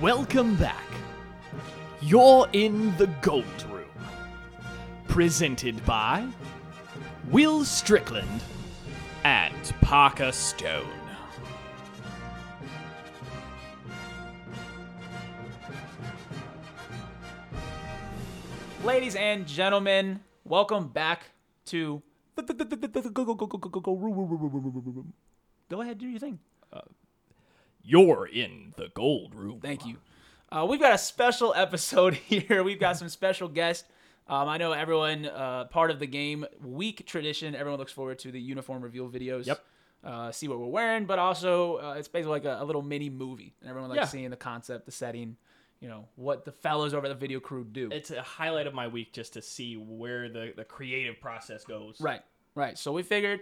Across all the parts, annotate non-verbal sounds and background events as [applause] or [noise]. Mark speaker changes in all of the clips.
Speaker 1: Welcome back. You're in the Gold Room. Presented by Will Strickland and Parker Stone.
Speaker 2: Ladies and gentlemen, welcome back to the- the- the- the- the- the- go- go- go- go- go- go- go- room, room, room, room, room, room, room. Go ahead, do your thing.
Speaker 1: You're in the Gold Room.
Speaker 2: Thank you. Uh, we've got a special [laughs] episode here. We've got some special guests. Um, I know everyone, uh, part of the game week tradition, everyone looks forward to the uniform reveal videos.
Speaker 1: Yep.
Speaker 2: Uh, see what we're wearing, but also uh, it's basically like a, a little mini movie, and everyone likes
Speaker 3: Yeah.
Speaker 2: seeing the concept, the setting, you know, what the fellows over at the video crew do.
Speaker 3: it's a highlight of my week just to see where the, the creative process goes.
Speaker 2: Right, right. So we figured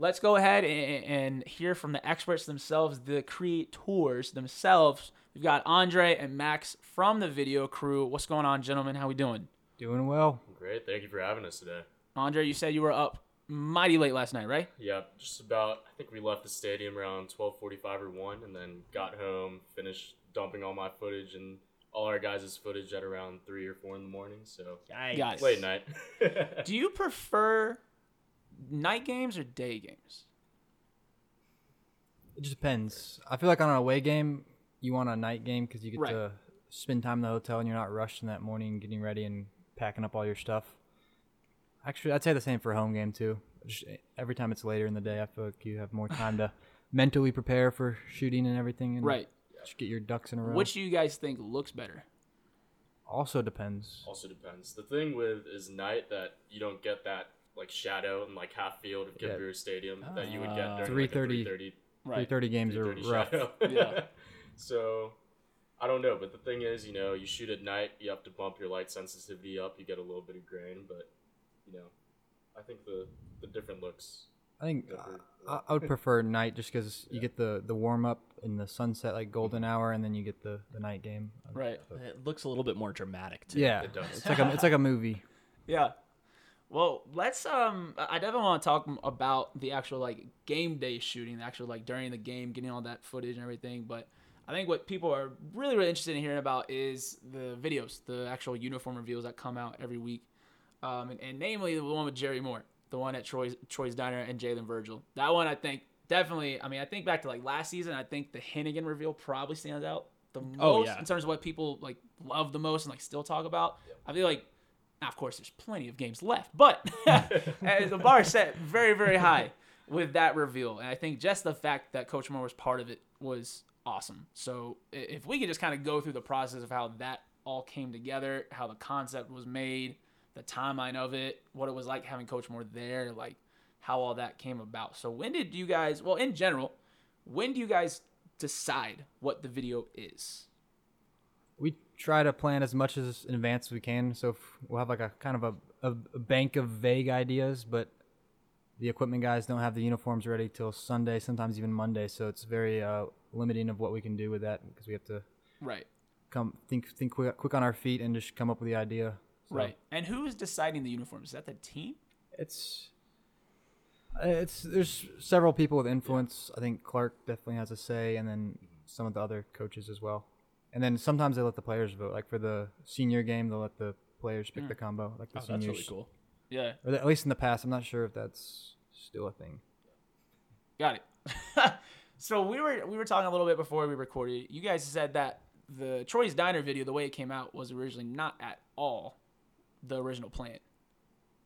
Speaker 2: let's go ahead and, and hear from the experts themselves, the creators themselves. We've got Andre and Max from the video crew. What's going on, gentlemen? How we doing?
Speaker 4: Doing well.
Speaker 5: Great, thank you for having us today.
Speaker 2: Andre, you said you were up mighty late last night, right?
Speaker 5: Yeah, just about. I think we left the stadium around twelve forty-five or one, and then got home, finished dumping all my footage and all our guys' footage at around three or four in the morning. So
Speaker 3: Yikes.
Speaker 2: Yikes.
Speaker 5: late night.
Speaker 2: Do you prefer night games or day games?
Speaker 4: It just depends. I feel like on an away game, you want a night game because you get
Speaker 2: Right.
Speaker 4: to spend time in the hotel and you're not rushed in that morning, getting ready and packing up all your stuff. Actually, I'd say the same for a home game too. Just every time it's later in the day, I feel like you have more
Speaker 2: [laughs]
Speaker 4: time to mentally prepare for shooting and everything, and
Speaker 2: Right.
Speaker 4: just get your ducks in a row.
Speaker 2: Which do you guys think looks better?
Speaker 4: also depends.
Speaker 5: Also depends. The thing with is night that you don't get that like shadow and like half field of
Speaker 4: Yeah.
Speaker 5: Gabriel Stadium that you would get during like, a
Speaker 4: 3:30.
Speaker 5: 3:30
Speaker 4: Three thirty games are
Speaker 5: 3:30
Speaker 4: rough.
Speaker 5: shadow.
Speaker 2: Yeah.
Speaker 5: so I don't know, but the thing is, you know, you shoot at night, you have to bump your light sensitivity up, you get a little bit of grain, but you know, I think the the different looks.
Speaker 4: I think I, I would prefer night just because you get the the warm up and the sunset, like golden
Speaker 2: Mm-hmm.
Speaker 4: hour, and then you get the the night game.
Speaker 2: Right.
Speaker 3: It looks a little bit more dramatic too.
Speaker 4: Yeah,
Speaker 5: It does.
Speaker 4: it's like a it's like a movie.
Speaker 2: Yeah. Well, let's um I I definitely want to talk m- about the actual like game day shooting, the actual like during the game getting all that footage and everything, but I think what people are really really interested in hearing about is the videos, the actual uniform reveals that come out every week. Um and, and namely the one with Jerry Moore, the one at Troy's Troy's Diner and Jalen Virgil. That one I think definitely, I mean, I think back to like last season, I think the Hennigan reveal probably stands out the most
Speaker 3: Oh, yeah.
Speaker 2: in terms of what people like love the most and like still talk about. I feel like now, of course, there's plenty of games left, but [laughs] as the bar is set very, very high with that reveal. And I think just the fact that Coach Moore was part of it was awesome. So i- if we could just kind of go through the process of how that all came together, how the concept was made, the timeline of it, what it was like having Coach Moore there, like how all that came about. So when did you guys, well, in general, when do you guys decide what the video is?
Speaker 4: we try to plan as much as in advance as we can. So if- we'll have like a kind of a, a, a bank of vague ideas, but the equipment guys don't have the uniforms ready till Sunday, sometimes even Monday. So it's very uh, limiting of what we can do with that because we have to
Speaker 2: Right.
Speaker 4: come think think quick, quick on our feet and just come up with the idea. So
Speaker 2: Right. And who is deciding the uniforms? Is that the team?
Speaker 4: It's it's there's several people with influence. I think Clark definitely has a say, and then some of the other coaches as well. And then sometimes they let the players vote. Like for the senior game, they'll let the players pick the combo. Like the
Speaker 3: Oh,
Speaker 4: seniors,
Speaker 3: that's really cool.
Speaker 2: Yeah.
Speaker 4: or at least in the past. I'm not sure if that's still a thing.
Speaker 2: Got it. [laughs] so we were we were talking a little bit before we recorded. You guys said that the Troy's Diner video, the way it came out, was originally not at all the original plan.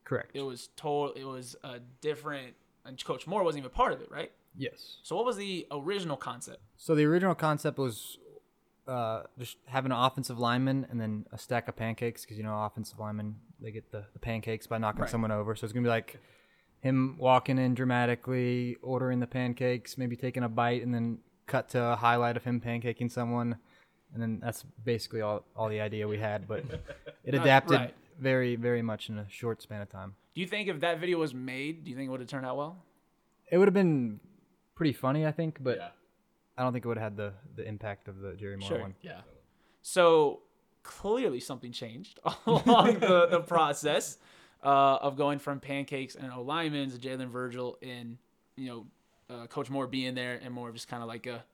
Speaker 4: Correct.
Speaker 2: It was told it was a different, and Coach Moore wasn't even part of it, right?
Speaker 4: Yes.
Speaker 2: So what was the original concept?
Speaker 4: So the original concept was uh, just having an offensive lineman and then a stack of pancakes because you know offensive linemen they get the, the pancakes by knocking
Speaker 2: Right.
Speaker 4: someone over. So it's gonna be like him walking in dramatically, ordering the pancakes, maybe taking a bite, and then cut to a highlight of him pancaking someone, and then that's basically all all the idea we
Speaker 2: [laughs]
Speaker 4: had. But it adapted
Speaker 2: right.
Speaker 4: very very much in a short span of time.
Speaker 2: Do you think if that video was made, do you think it would have turned out well?
Speaker 4: It would have been pretty funny, I think, but
Speaker 5: Yeah.
Speaker 4: I don't think it would have had the the impact of the Jerry Moore
Speaker 2: Sure.
Speaker 4: one.
Speaker 3: Yeah.
Speaker 2: So clearly something changed [laughs] along the, the process uh, of going from pancakes and O linemen to Jalen Virgil and you know uh, Coach Moore being there and more of just kind of like a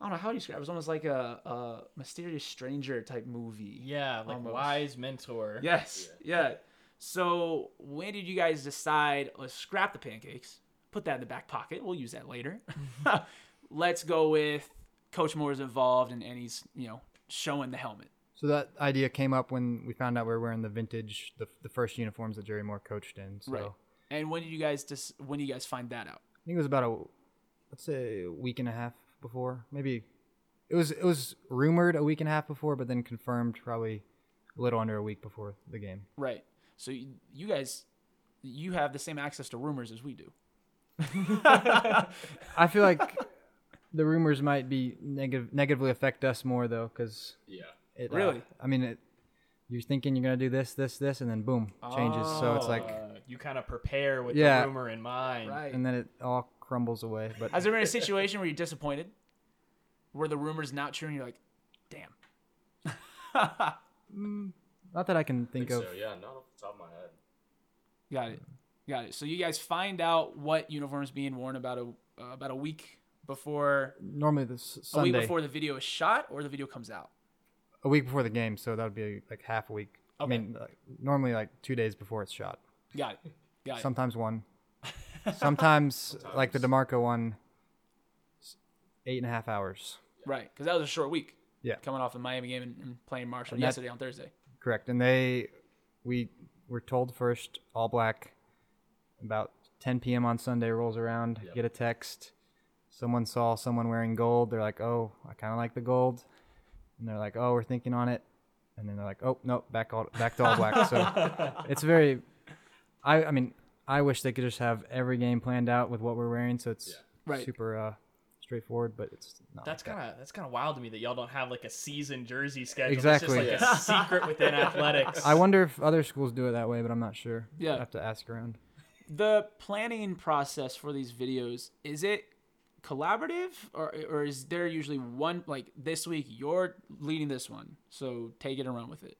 Speaker 2: I I don't know how you describe. It It was almost like a, a mysterious stranger type movie.
Speaker 3: Yeah, like
Speaker 2: Almost.
Speaker 3: wise mentor.
Speaker 2: Yes. Yeah. So when did you guys decide let's scrap the pancakes, put that in the back pocket? We'll use that later. [laughs] let's go with Coach Moore's involved and, and he's you know showing the helmet.
Speaker 4: So that idea came up when we found out we were wearing the vintage, the, the first uniforms that Jerry Moore coached in. So I
Speaker 2: And when did you guys dis- when did you guys find that out?
Speaker 4: think it was about a, let's say a week and a half before, maybe it was it was rumored a week and a half before, but then confirmed probably a little under a week before the game.
Speaker 2: Right. So you, you guys, you have the same access to rumors as we do.
Speaker 4: I feel like the rumors might be negative negatively affect us more though, because
Speaker 5: Yeah.
Speaker 4: it uh,
Speaker 2: Really?
Speaker 4: I mean, it, you're thinking you're gonna do this, this, this, and then boom, changes. So it's like,
Speaker 1: Oh.
Speaker 3: Uh, you kind of prepare with
Speaker 4: Yeah.
Speaker 3: the rumor in mind.
Speaker 4: and then it all crumbles away. But
Speaker 2: Has there been a situation where you're disappointed, where the rumors not true, and you're like, damn. [laughs]
Speaker 4: not that I can
Speaker 5: I think
Speaker 4: think of.
Speaker 5: so. Yeah, not off the top of my head.
Speaker 2: Got it. Got it. So you guys find out what uniforms being worn about a uh, about a week before
Speaker 4: Normally this
Speaker 2: a
Speaker 4: Sunday,
Speaker 2: week before the video is shot or the video comes out.
Speaker 4: a week before the game, so that would be like half a week. I mean, like, normally like two days before it's shot.
Speaker 2: Got it. Got it.
Speaker 4: Sometimes one.
Speaker 2: [laughs]
Speaker 4: Sometimes, like the Demarco one, s- eight and a half hours.
Speaker 2: Right, because that was a short week.
Speaker 4: Yeah.
Speaker 2: Coming off the Miami game and, and playing Marshall
Speaker 4: And that-
Speaker 2: yesterday on Thursday.
Speaker 4: Correct. And they, we were told first, all black, about 10 p.m. on Sunday rolls around, get a text. Someone saw someone wearing gold. They're like, oh, I kind of like the gold. And they're like, oh, we're thinking on it. And then they're like, oh, no, back, all, back to all black. So it's very, I, I mean, I wish they could just have every game planned out with what we're wearing. So it's
Speaker 2: Right.
Speaker 4: super uh, straightforward, but it's not.
Speaker 3: That's
Speaker 4: like that.
Speaker 3: kind of that's kind of wild to me that y'all don't have like a season jersey schedule.
Speaker 4: Exactly.
Speaker 3: It's just like a secret [laughs] within athletics.
Speaker 4: I wonder if other schools do it that way, but I'm not sure.
Speaker 2: Yeah.
Speaker 4: I have to ask around.
Speaker 2: The planning process for these videos is it collaborative or or is there usually one like this week you're leading this one, so take it and run with it.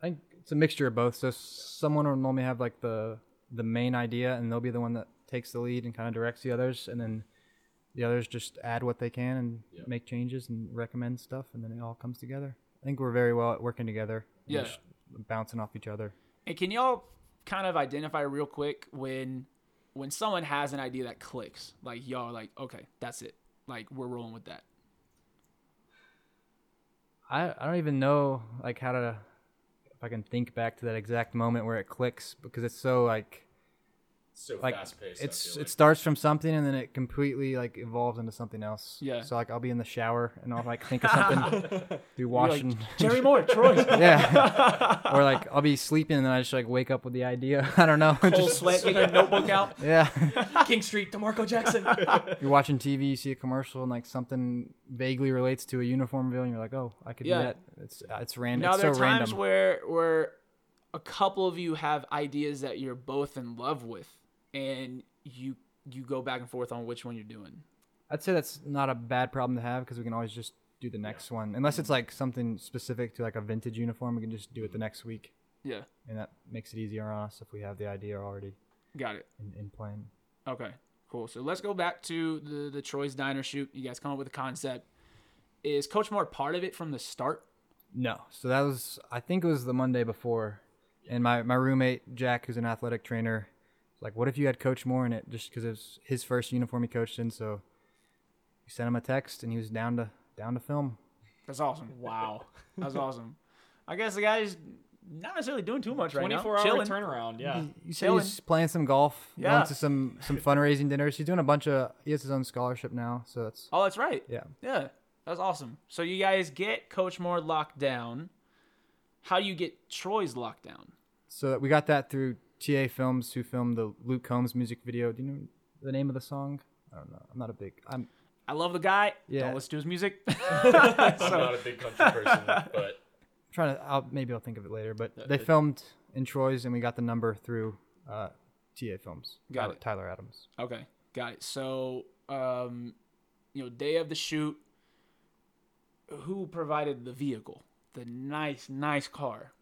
Speaker 4: I think it's a mixture of both. So someone will normally have like the the main idea, and they'll be the one that takes the lead and kind of directs the others, and then the others just add what they can and make changes and recommend stuff, and then it all comes together. I think we're very well at working together. and
Speaker 2: Yeah.
Speaker 4: just bouncing off each other.
Speaker 2: And can y'all kind of identify real quick when when someone has an idea that clicks? Like y'all are like, okay, that's it. Like we're rolling with that.
Speaker 4: I I don't even know like how to if I can think back to that exact moment where it clicks because it's so like
Speaker 5: It's so
Speaker 4: like
Speaker 5: fast paced.
Speaker 4: it's
Speaker 5: I feel
Speaker 4: it starts from something and then it completely like evolves into something else.
Speaker 2: Yeah.
Speaker 4: So like I'll be in the shower and I'll like
Speaker 2: [laughs]
Speaker 4: think of something, be
Speaker 2: You're
Speaker 4: washing,
Speaker 2: like, [laughs] Jerry Moore, Troy.
Speaker 4: [laughs] yeah, or like I'll be sleeping and then I just like wake up with the idea. [laughs] I don't know.
Speaker 2: Full
Speaker 4: just,
Speaker 2: sweat, get your notebook [laughs] out.
Speaker 4: yeah. [laughs]
Speaker 3: King Street, DeMarco Jackson.
Speaker 2: [laughs]
Speaker 4: You're watching TV, you see a commercial and like something vaguely relates to a uniform reveal, and you're like, oh, I could
Speaker 2: Yeah.
Speaker 4: do that. It's it's random.
Speaker 2: Now
Speaker 4: It's
Speaker 2: there
Speaker 4: so
Speaker 2: are times
Speaker 4: random.
Speaker 2: where where a couple of you have ideas that you're both in love with, and you you go back and forth on which one you're doing.
Speaker 4: I'd say that's not a bad problem to have because we can always just do the next one, unless it's like something specific to like a vintage uniform. We can just
Speaker 5: Mm-hmm.
Speaker 4: do it the next week,
Speaker 2: Yeah,
Speaker 4: and that makes it easier on us if we have the idea already
Speaker 2: got it.
Speaker 4: in, in plan.
Speaker 2: Okay, cool. So let's go back to the the Troy's Diner shoot. You guys come up with a concept. Is Coach Moore part of it from the start?
Speaker 4: No. So that was I think it was the Monday before. And my, my roommate Jack, who's an athletic trainer, was like, what if you had Coach Moore in it just because it was his first uniform he coached in? So we sent him a text, and he was down to down to film.
Speaker 2: That's awesome.
Speaker 3: wow.
Speaker 2: That's awesome. I guess the guy's not necessarily doing too much right now.
Speaker 3: 24 hour
Speaker 2: Chilling.
Speaker 3: turnaround. Yeah.
Speaker 4: You said he's playing some golf,
Speaker 2: Yeah.
Speaker 4: going to some [laughs] some fundraising dinners. He's doing a bunch of he has his own scholarship now, so that's
Speaker 2: Oh, that's right.
Speaker 4: yeah.
Speaker 2: Yeah, that's awesome. So you guys get Coach Moore locked down. How do you get Troy's locked down?
Speaker 4: So we got that through TA Films, who filmed the Luke Combs music video. Do you know the name of the song? I don't know. I'm not a big. I'm
Speaker 2: I love the guy.
Speaker 4: Yeah.
Speaker 2: Don't listen to his music. [laughs]
Speaker 5: like. I'm not a big country person, but
Speaker 4: trying to I'll, maybe I'll think of it later, but they filmed in Troy's and we got the number through uh, TA Films.
Speaker 2: Got
Speaker 4: Tyler,
Speaker 2: it. Oh.
Speaker 4: Tyler Adams.
Speaker 2: okay, got it. So, um, you know, day of the shoot, who provided the vehicle? The nice, nice car.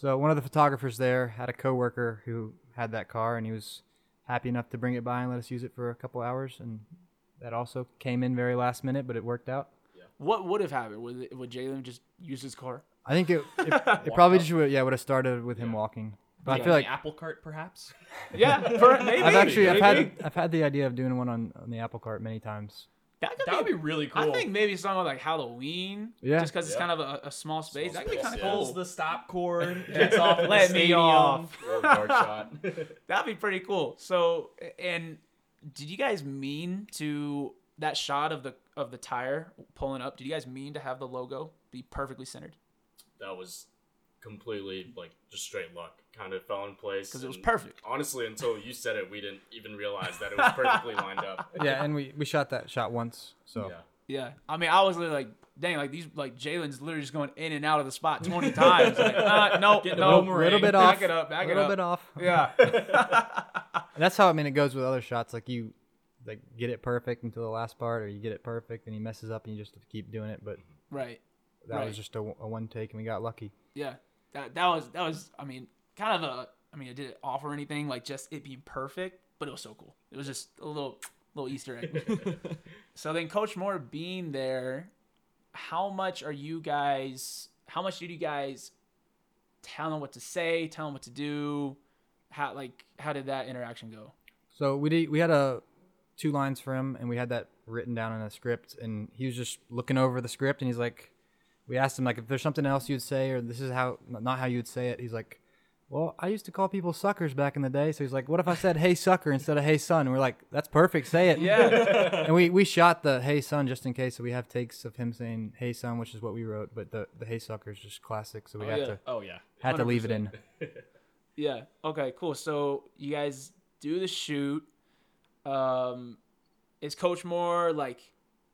Speaker 4: So one of the photographers there had a coworker who had that car and he was happy enough to bring it by and let us use it for a couple hours and that also came in very last minute, but it worked out.
Speaker 2: What would have happened? Would it- would Jalen just use his
Speaker 4: [laughs]
Speaker 2: car?
Speaker 4: I think it
Speaker 2: [laughs]
Speaker 4: it, it probably just would yeah would have started with him walking. But I feel like
Speaker 3: apple
Speaker 2: [laughs]
Speaker 3: cart, perhaps.
Speaker 2: Yeah, per, maybe.
Speaker 4: I've actually I've had
Speaker 2: maybe.
Speaker 4: I've had the idea of doing one on, on the Apple Cart many times.
Speaker 2: that could
Speaker 3: That would
Speaker 2: be.
Speaker 3: be really cool.
Speaker 2: I think maybe something like Halloween.
Speaker 4: Yeah.
Speaker 2: Just because it's
Speaker 5: Yeah.
Speaker 2: kind of a, a small space. that could be
Speaker 5: space,
Speaker 2: kind of
Speaker 5: yeah.
Speaker 2: cool.
Speaker 3: pulls the stop cord, gets
Speaker 4: [laughs]
Speaker 3: off. at the
Speaker 2: Let me
Speaker 3: stadium.
Speaker 2: off.
Speaker 5: Little dark shot. [laughs]
Speaker 2: That'd be pretty cool. So, and did you guys mean to that shot of the of the tire pulling up? Did you guys mean to have the logo be perfectly centered?
Speaker 5: that was completely like just straight luck. Kind of fell in place
Speaker 2: 'Cause it was
Speaker 5: and
Speaker 2: perfect.
Speaker 5: Honestly, until you said it, we didn't even realize that it was perfectly lined up.
Speaker 4: Yeah, and we, we shot that shot once. So
Speaker 5: Yeah.
Speaker 2: Yeah. I mean, I was literally like, dang, like these like Jalen's literally just going in and out of the spot twenty times. Like, uh, [laughs] nope,
Speaker 3: Getting a
Speaker 2: nope.
Speaker 4: a little
Speaker 3: Boomerang.
Speaker 4: bit
Speaker 2: [laughs]
Speaker 4: off,
Speaker 2: Back it up, back
Speaker 4: a
Speaker 2: it
Speaker 4: little
Speaker 2: up.
Speaker 4: bit off.
Speaker 2: Yeah.
Speaker 4: [laughs] That's how I mean it goes with other shots. Like you like get it perfect until the last part, or you get it perfect and he messes up and you just keep doing it. But
Speaker 2: Right.
Speaker 4: that
Speaker 2: Right.
Speaker 4: was just a, a one take and we got lucky.
Speaker 2: Yeah. That that was that was I mean, kind of a I mean, it didn't offer anything, like just it being perfect, but it was so cool. It was just a little little Easter egg. so then Coach Moore being there, how much are you guys how much did you guys tell him what to say, tell him what to do? How like how did that interaction go?
Speaker 4: So we did, we had a two lines for him, and we had that written down in a script, and he was just looking over the script, and he's like, we asked him like if there's something else you'd say, or this is how not how you'd say it. He's like, well, I used to call people suckers back in the day, so he's like, what if I said hey sucker instead of hey son? And we're like, that's perfect, say it.
Speaker 2: Yeah.
Speaker 4: And we we shot the hey son just in case, so we have takes of him saying hey son, which is what we wrote, but the the hey sucker is just classic, so we had
Speaker 2: yeah.
Speaker 4: to
Speaker 3: Oh yeah.
Speaker 4: had to leave it in.
Speaker 2: yeah. Okay, cool. So you guys do the shoot. Um is Coach Moore like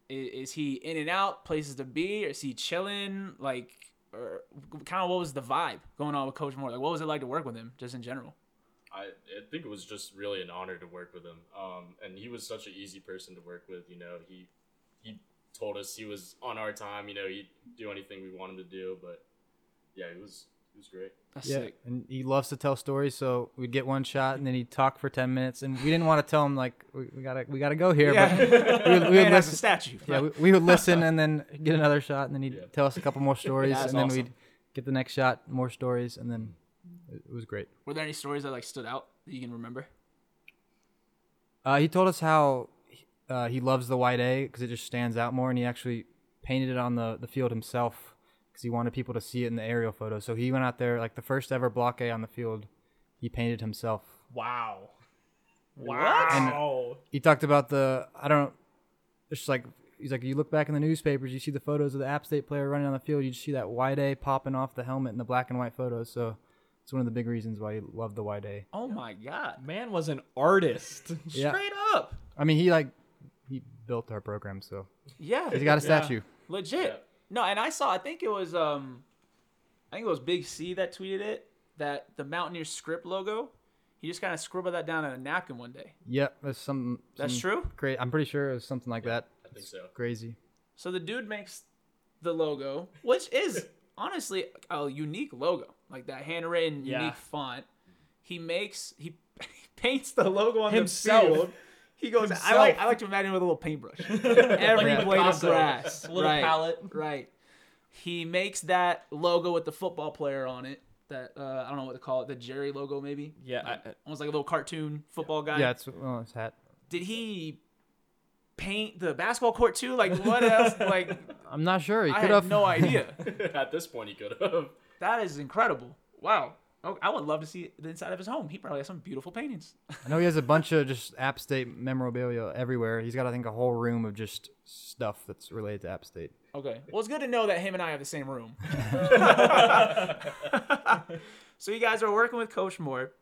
Speaker 2: i- is he in and out places to be or is he chilling like or kind of what was the vibe going on with coach moore like what was it like to work with him just in general
Speaker 5: I, I think it was just really an honor to work with him. Um, and he was such an easy person to work with. You know, he he told us he was on our time. You know, he'd do anything we wanted to do. But yeah, he was he was great.
Speaker 2: that's
Speaker 4: Yeah,
Speaker 2: sick
Speaker 4: [laughs] and he loves to tell stories. So we'd get one shot, and then he'd talk for ten minutes, and we didn't want to tell him like we, we gotta we gotta go here.
Speaker 2: [laughs]
Speaker 4: But we would, we would
Speaker 2: Man has a
Speaker 4: listen.
Speaker 2: statue
Speaker 4: [laughs] Yeah, we, we would listen, and then get another shot, and then he'd
Speaker 5: Yeah.
Speaker 4: tell us a couple more stories,
Speaker 2: That's
Speaker 4: and then
Speaker 2: awesome.
Speaker 4: we'd get the next shot, more stories, and then it, it was great.
Speaker 2: were there any stories that like stood out that you can remember
Speaker 4: Uh, he told us how uh, he loves the white A because it just stands out more, and he actually painted it on the, the field himself because he wanted people to see it in the aerial photo. So he went out there like the first ever block A on the field. He painted himself.
Speaker 3: Wow. Wow.
Speaker 4: he talked about the I don't it's just like he's like you look back in the newspapers, you see the photos of the App State player running on the field, you just see that wide A popping off the helmet in the black and white photos. So it's one of the big reasons why he loved the wide A.
Speaker 2: oh my god
Speaker 3: Man was an [laughs] artist.
Speaker 4: Yeah.
Speaker 2: straight up
Speaker 4: I mean, he like he built our program, so
Speaker 2: yeah
Speaker 4: he's got a statue.
Speaker 2: Legit. No, and I saw. I think it was um, I think it was Big C that tweeted it that the Mountaineer script logo. He just kind of scribbled that down on a napkin one day.
Speaker 4: Yep, there's some.
Speaker 2: That's
Speaker 4: some
Speaker 2: true?
Speaker 4: Great. I'm pretty sure it was something like that.
Speaker 5: I think so. [laughs]
Speaker 4: Crazy.
Speaker 2: So the dude makes the logo, which
Speaker 3: [laughs]
Speaker 2: is honestly a unique logo, like that handwritten
Speaker 3: Yeah.
Speaker 2: unique font. He makes he [laughs] paints the logo on
Speaker 3: Himself.
Speaker 2: the field. He goes. I
Speaker 3: Himself.
Speaker 2: like I like to imagine him with a little paintbrush. Every
Speaker 3: [laughs] Like
Speaker 2: blade of
Speaker 3: Picasso.
Speaker 2: grass,
Speaker 3: Little
Speaker 2: right.
Speaker 3: palette.
Speaker 2: Right. He makes that logo with the football player on it. That uh, I don't know what to call it. The Jerry logo, maybe.
Speaker 3: Yeah, I-
Speaker 2: Like, almost like a little cartoon football guy.
Speaker 4: Yeah, it's oh, his hat.
Speaker 2: Did he paint the basketball court too? Like what else?
Speaker 3: [laughs]
Speaker 2: like
Speaker 4: I'm not sure. He
Speaker 2: I
Speaker 4: could
Speaker 2: had
Speaker 4: have
Speaker 2: no idea.
Speaker 5: At this point, he could have.
Speaker 2: That is incredible. Wow. Oh, I would love to see the inside of his home. He probably has some beautiful paintings.
Speaker 4: I know he has a bunch of just App State memorabilia everywhere. He's got I think a whole room of just stuff that's related to App State.
Speaker 2: Okay. Well, it's good to know that him and I have the same room. [laughs] so you guys are working with Coach Moore.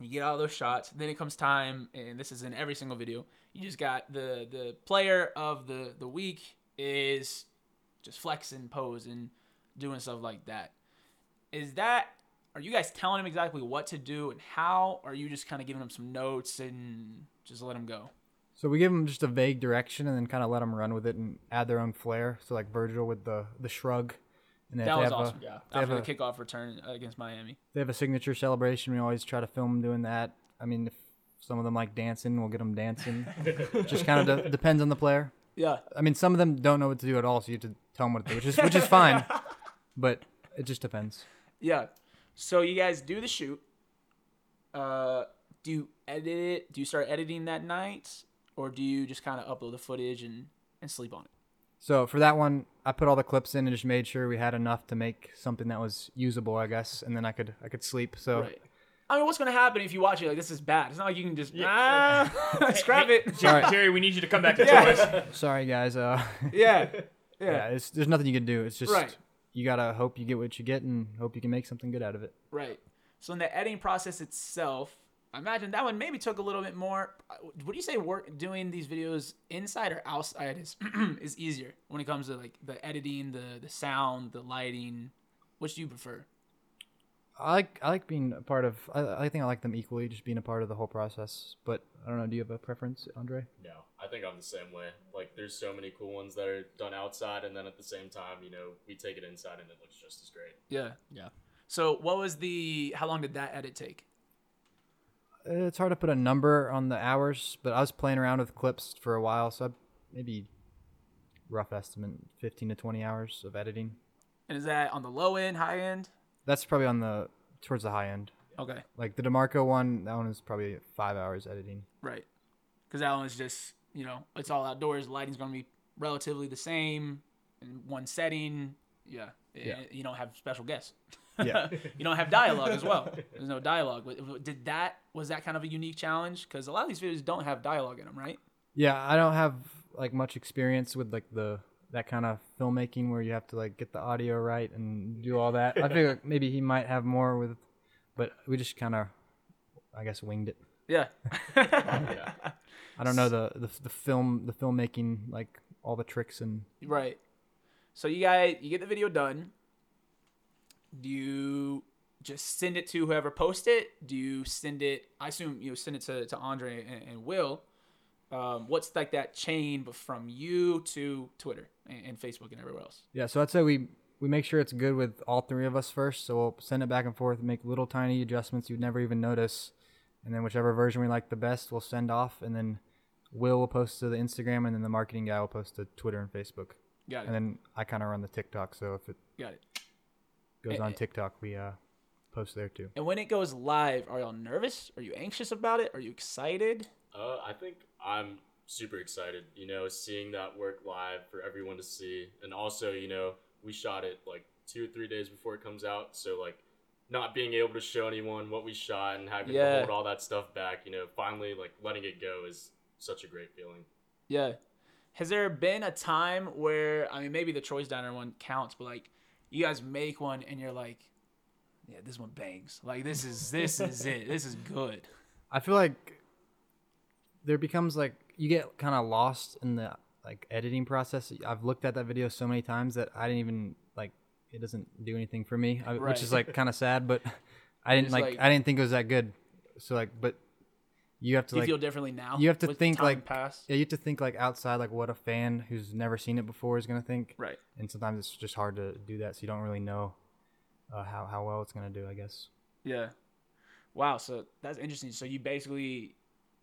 Speaker 2: You get all those shots. Then it comes time, and this is in every single video. You just got the the player of the the week is just flexing, posing, doing stuff like that. Is that? Are you guys telling him exactly what to do and how? Or are you just kind of giving him some notes and just let him go?
Speaker 4: So we give them just a vague direction and then kind of let them run with it and add their own flair. So like Virgil with the the shrug, and then
Speaker 2: That
Speaker 4: if they
Speaker 2: was
Speaker 4: have a-
Speaker 2: awesome.
Speaker 3: yeah.
Speaker 4: they have
Speaker 2: After the
Speaker 4: a-
Speaker 2: kickoff return against Miami.
Speaker 4: they have a signature celebration. We always try to film them doing that. I mean, if some of them like dancing, we'll get them dancing. just kind of de- depends on the player.
Speaker 2: Yeah.
Speaker 4: I mean, some of them don't know what to do at all, so you have to tell them what to do, which is which is fine. But it just depends.
Speaker 2: Yeah. So you guys do the shoot. Uh, do you edit it? Do you start editing that night, or do you just kind of upload the footage and and sleep on it?
Speaker 4: So for that one, I put all the clips in and just made sure we had enough to make something that was usable, I guess, and then I could I could sleep. So
Speaker 2: Right. I mean, what's gonna happen if you watch it? Like this is bad. It's not like you can just ah, [laughs] scrap
Speaker 3: Hey,
Speaker 2: it.
Speaker 4: [laughs]
Speaker 3: Jer-
Speaker 4: All right.
Speaker 3: Jerry, we need you to come back to
Speaker 2: Yeah.
Speaker 3: us.
Speaker 4: sorry guys, uh,
Speaker 2: Yeah.
Speaker 4: yeah, it's, there's nothing you can do. It's just
Speaker 2: Right.
Speaker 4: you gotta hope you get what you get and hope you can make something good out of it.
Speaker 2: Right. So in the editing process itself, I imagine that one maybe took a little bit more. Would you say work doing these videos inside or outside is [clears throat] is easier when it comes to like the editing, the the sound, the lighting? Which do you prefer?
Speaker 4: I like I like being a part of. I, I think I like them equally, just being a part of the whole process. But I don't know. Do you have a preference, Andre?
Speaker 5: No, I think I'm the same way. Like, there's so many cool ones that are done outside, and then at the same time, you know, we take it inside and it looks just as great.
Speaker 2: Yeah.
Speaker 3: Yeah.
Speaker 2: So what was the? How long did that edit take?
Speaker 4: Uh, It's hard to put a number on the hours, but I was playing around with clips for a while, so I, maybe rough estimate, fifteen to twenty hours of editing.
Speaker 2: And is that on the low end, high end?
Speaker 4: That's probably on the towards the high end.
Speaker 2: Okay.
Speaker 4: Like the Demarco one, that one is probably five hours editing.
Speaker 2: Right. Because that one's just you know it's all outdoors. Lighting's gonna be relatively the same in one setting. Yeah.
Speaker 4: Yeah.
Speaker 2: You don't have special guests.
Speaker 4: Yeah.
Speaker 2: [laughs] you don't have dialogue as well. There's no dialogue. But Did that was that kind of a unique challenge? Because a lot of these videos don't have dialogue in them, right?
Speaker 4: Yeah, I don't have like much experience with like the that kind of filmmaking where you have to like get the audio right and do all that. I figure maybe he might have more with, but we just kind of, I guess, winged it.
Speaker 2: [laughs] Yeah.
Speaker 4: I don't know the, the the film the filmmaking like all the tricks and
Speaker 2: Right. So you guys, you get the video done. Do you just send it to whoever posted it? Do you send it? I assume you send it to, to Andre and, and Will. Um, what's like that chain, but from you to Twitter and, and Facebook and everywhere else?
Speaker 4: yeah. So I'd say we we make sure it's good with all three of us first. So we'll send it back and forth, make little tiny adjustments you'd never even notice, and then whichever version we like the best, we'll send off, and then Will will post to the Instagram, and then the marketing guy will post to Twitter and Facebook.
Speaker 2: Got
Speaker 4: and
Speaker 2: it.
Speaker 4: then I kind of run the TikTok. So if it
Speaker 2: Got it.
Speaker 4: goes
Speaker 2: Eh,
Speaker 4: on
Speaker 2: eh.
Speaker 4: TikTok, we uh, post there too.
Speaker 2: And when it goes live, are y'all nervous? Are you anxious about it? Are you excited?
Speaker 5: Uh, I think I'm super excited, you know, seeing that work live for everyone to see. And also, you know, we shot it like two or three days before it comes out. So, like, not being able to show anyone what we shot and having
Speaker 2: Yeah.
Speaker 5: to hold all that stuff back, you know, finally, like, letting it go is such a great feeling.
Speaker 2: Yeah. Has there been a time where I mean maybe the Troy's Diner one counts, but like you guys make one and you're like, Yeah, this one bangs. Like this is
Speaker 4: [laughs]
Speaker 2: this is it. This is good.
Speaker 4: I feel like there becomes like you get kind of lost in the like editing process. I've looked at that video so many times that I didn't even like it doesn't do anything for me, I, which is
Speaker 2: Right.
Speaker 4: like kind [laughs] of sad. But I didn't
Speaker 2: It's
Speaker 4: like,
Speaker 2: like-
Speaker 4: I didn't think it was that good. So like, but you have to
Speaker 2: Do you
Speaker 4: like
Speaker 2: feel differently now?
Speaker 4: you have to
Speaker 2: with
Speaker 4: think
Speaker 2: time
Speaker 4: like
Speaker 2: pass.
Speaker 4: yeah you have to think like outside like what a fan who's never seen it before is gonna think
Speaker 2: Right.
Speaker 4: and sometimes it's just hard to do that so you don't really know uh, how, how well it's going to do i guess
Speaker 2: Yeah. Wow, so that's interesting. So you basically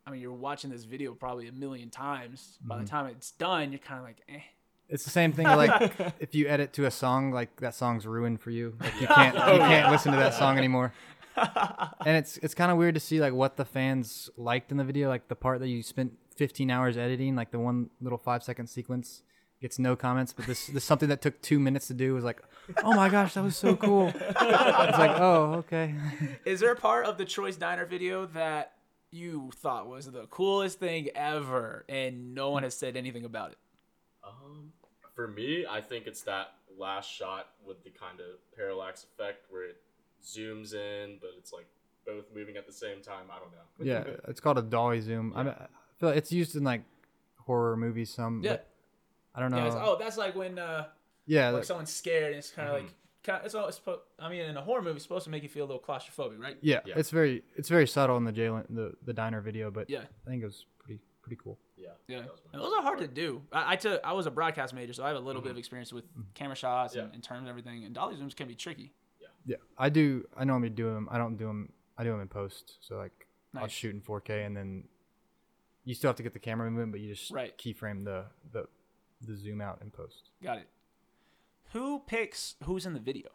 Speaker 2: I mean you're watching this video probably a million times. By
Speaker 4: Mm-hmm.
Speaker 2: the time it's done, you're kinda like, eh.
Speaker 4: it's the same thing like if you edit to a song like that song's ruined for you like you can't you can't listen to that song anymore and it's it's kind of weird to see like what the fans liked in the video like the part that you spent 15 hours editing like the one little five second sequence gets no comments but this this something that took two minutes to do was like oh my gosh that was so cool it's like oh okay [laughs]
Speaker 2: Is there a part of the Troy's Diner video that you thought was the coolest thing ever and no
Speaker 4: Mm.
Speaker 2: one has said anything about it?
Speaker 5: Um, for me, I think it's that last shot with the kind of parallax effect where it zooms in, but it's like both moving at the same time. I don't know.
Speaker 4: yeah it's called a dolly zoom I, mean, I feel like it's used in like horror movies some
Speaker 2: Yeah.
Speaker 4: but i don't know
Speaker 2: Yeah, it's- oh, that's like when uh,
Speaker 4: Yeah,
Speaker 2: like
Speaker 4: like-
Speaker 2: someone's scared and it's kind of like kind of, it's all it's supposed. I mean, in a horror movie, it's supposed to make you feel a little claustrophobic, right?
Speaker 4: yeah,
Speaker 5: Yeah.
Speaker 4: It's very it's very subtle in the jail the the diner video, but
Speaker 2: Yeah.
Speaker 4: I think it was pretty pretty cool.
Speaker 5: [laughs] Yeah.
Speaker 2: Yeah,
Speaker 5: that was my
Speaker 2: and those are hard to do. I, I took I was a broadcast major, so I have a little bit of experience with camera shots and,
Speaker 5: Yeah.
Speaker 2: and terms and everything. And dolly zooms can be tricky.
Speaker 4: Yeah, I do. I normally do them. I don't do them. I do them in post. So like I'll
Speaker 2: Nice.
Speaker 4: shoot in 4K and then you still have to get the camera movement, but you just
Speaker 2: Right.
Speaker 4: keyframe the the the zoom out and post.
Speaker 2: Got it. Who picks who's in the video?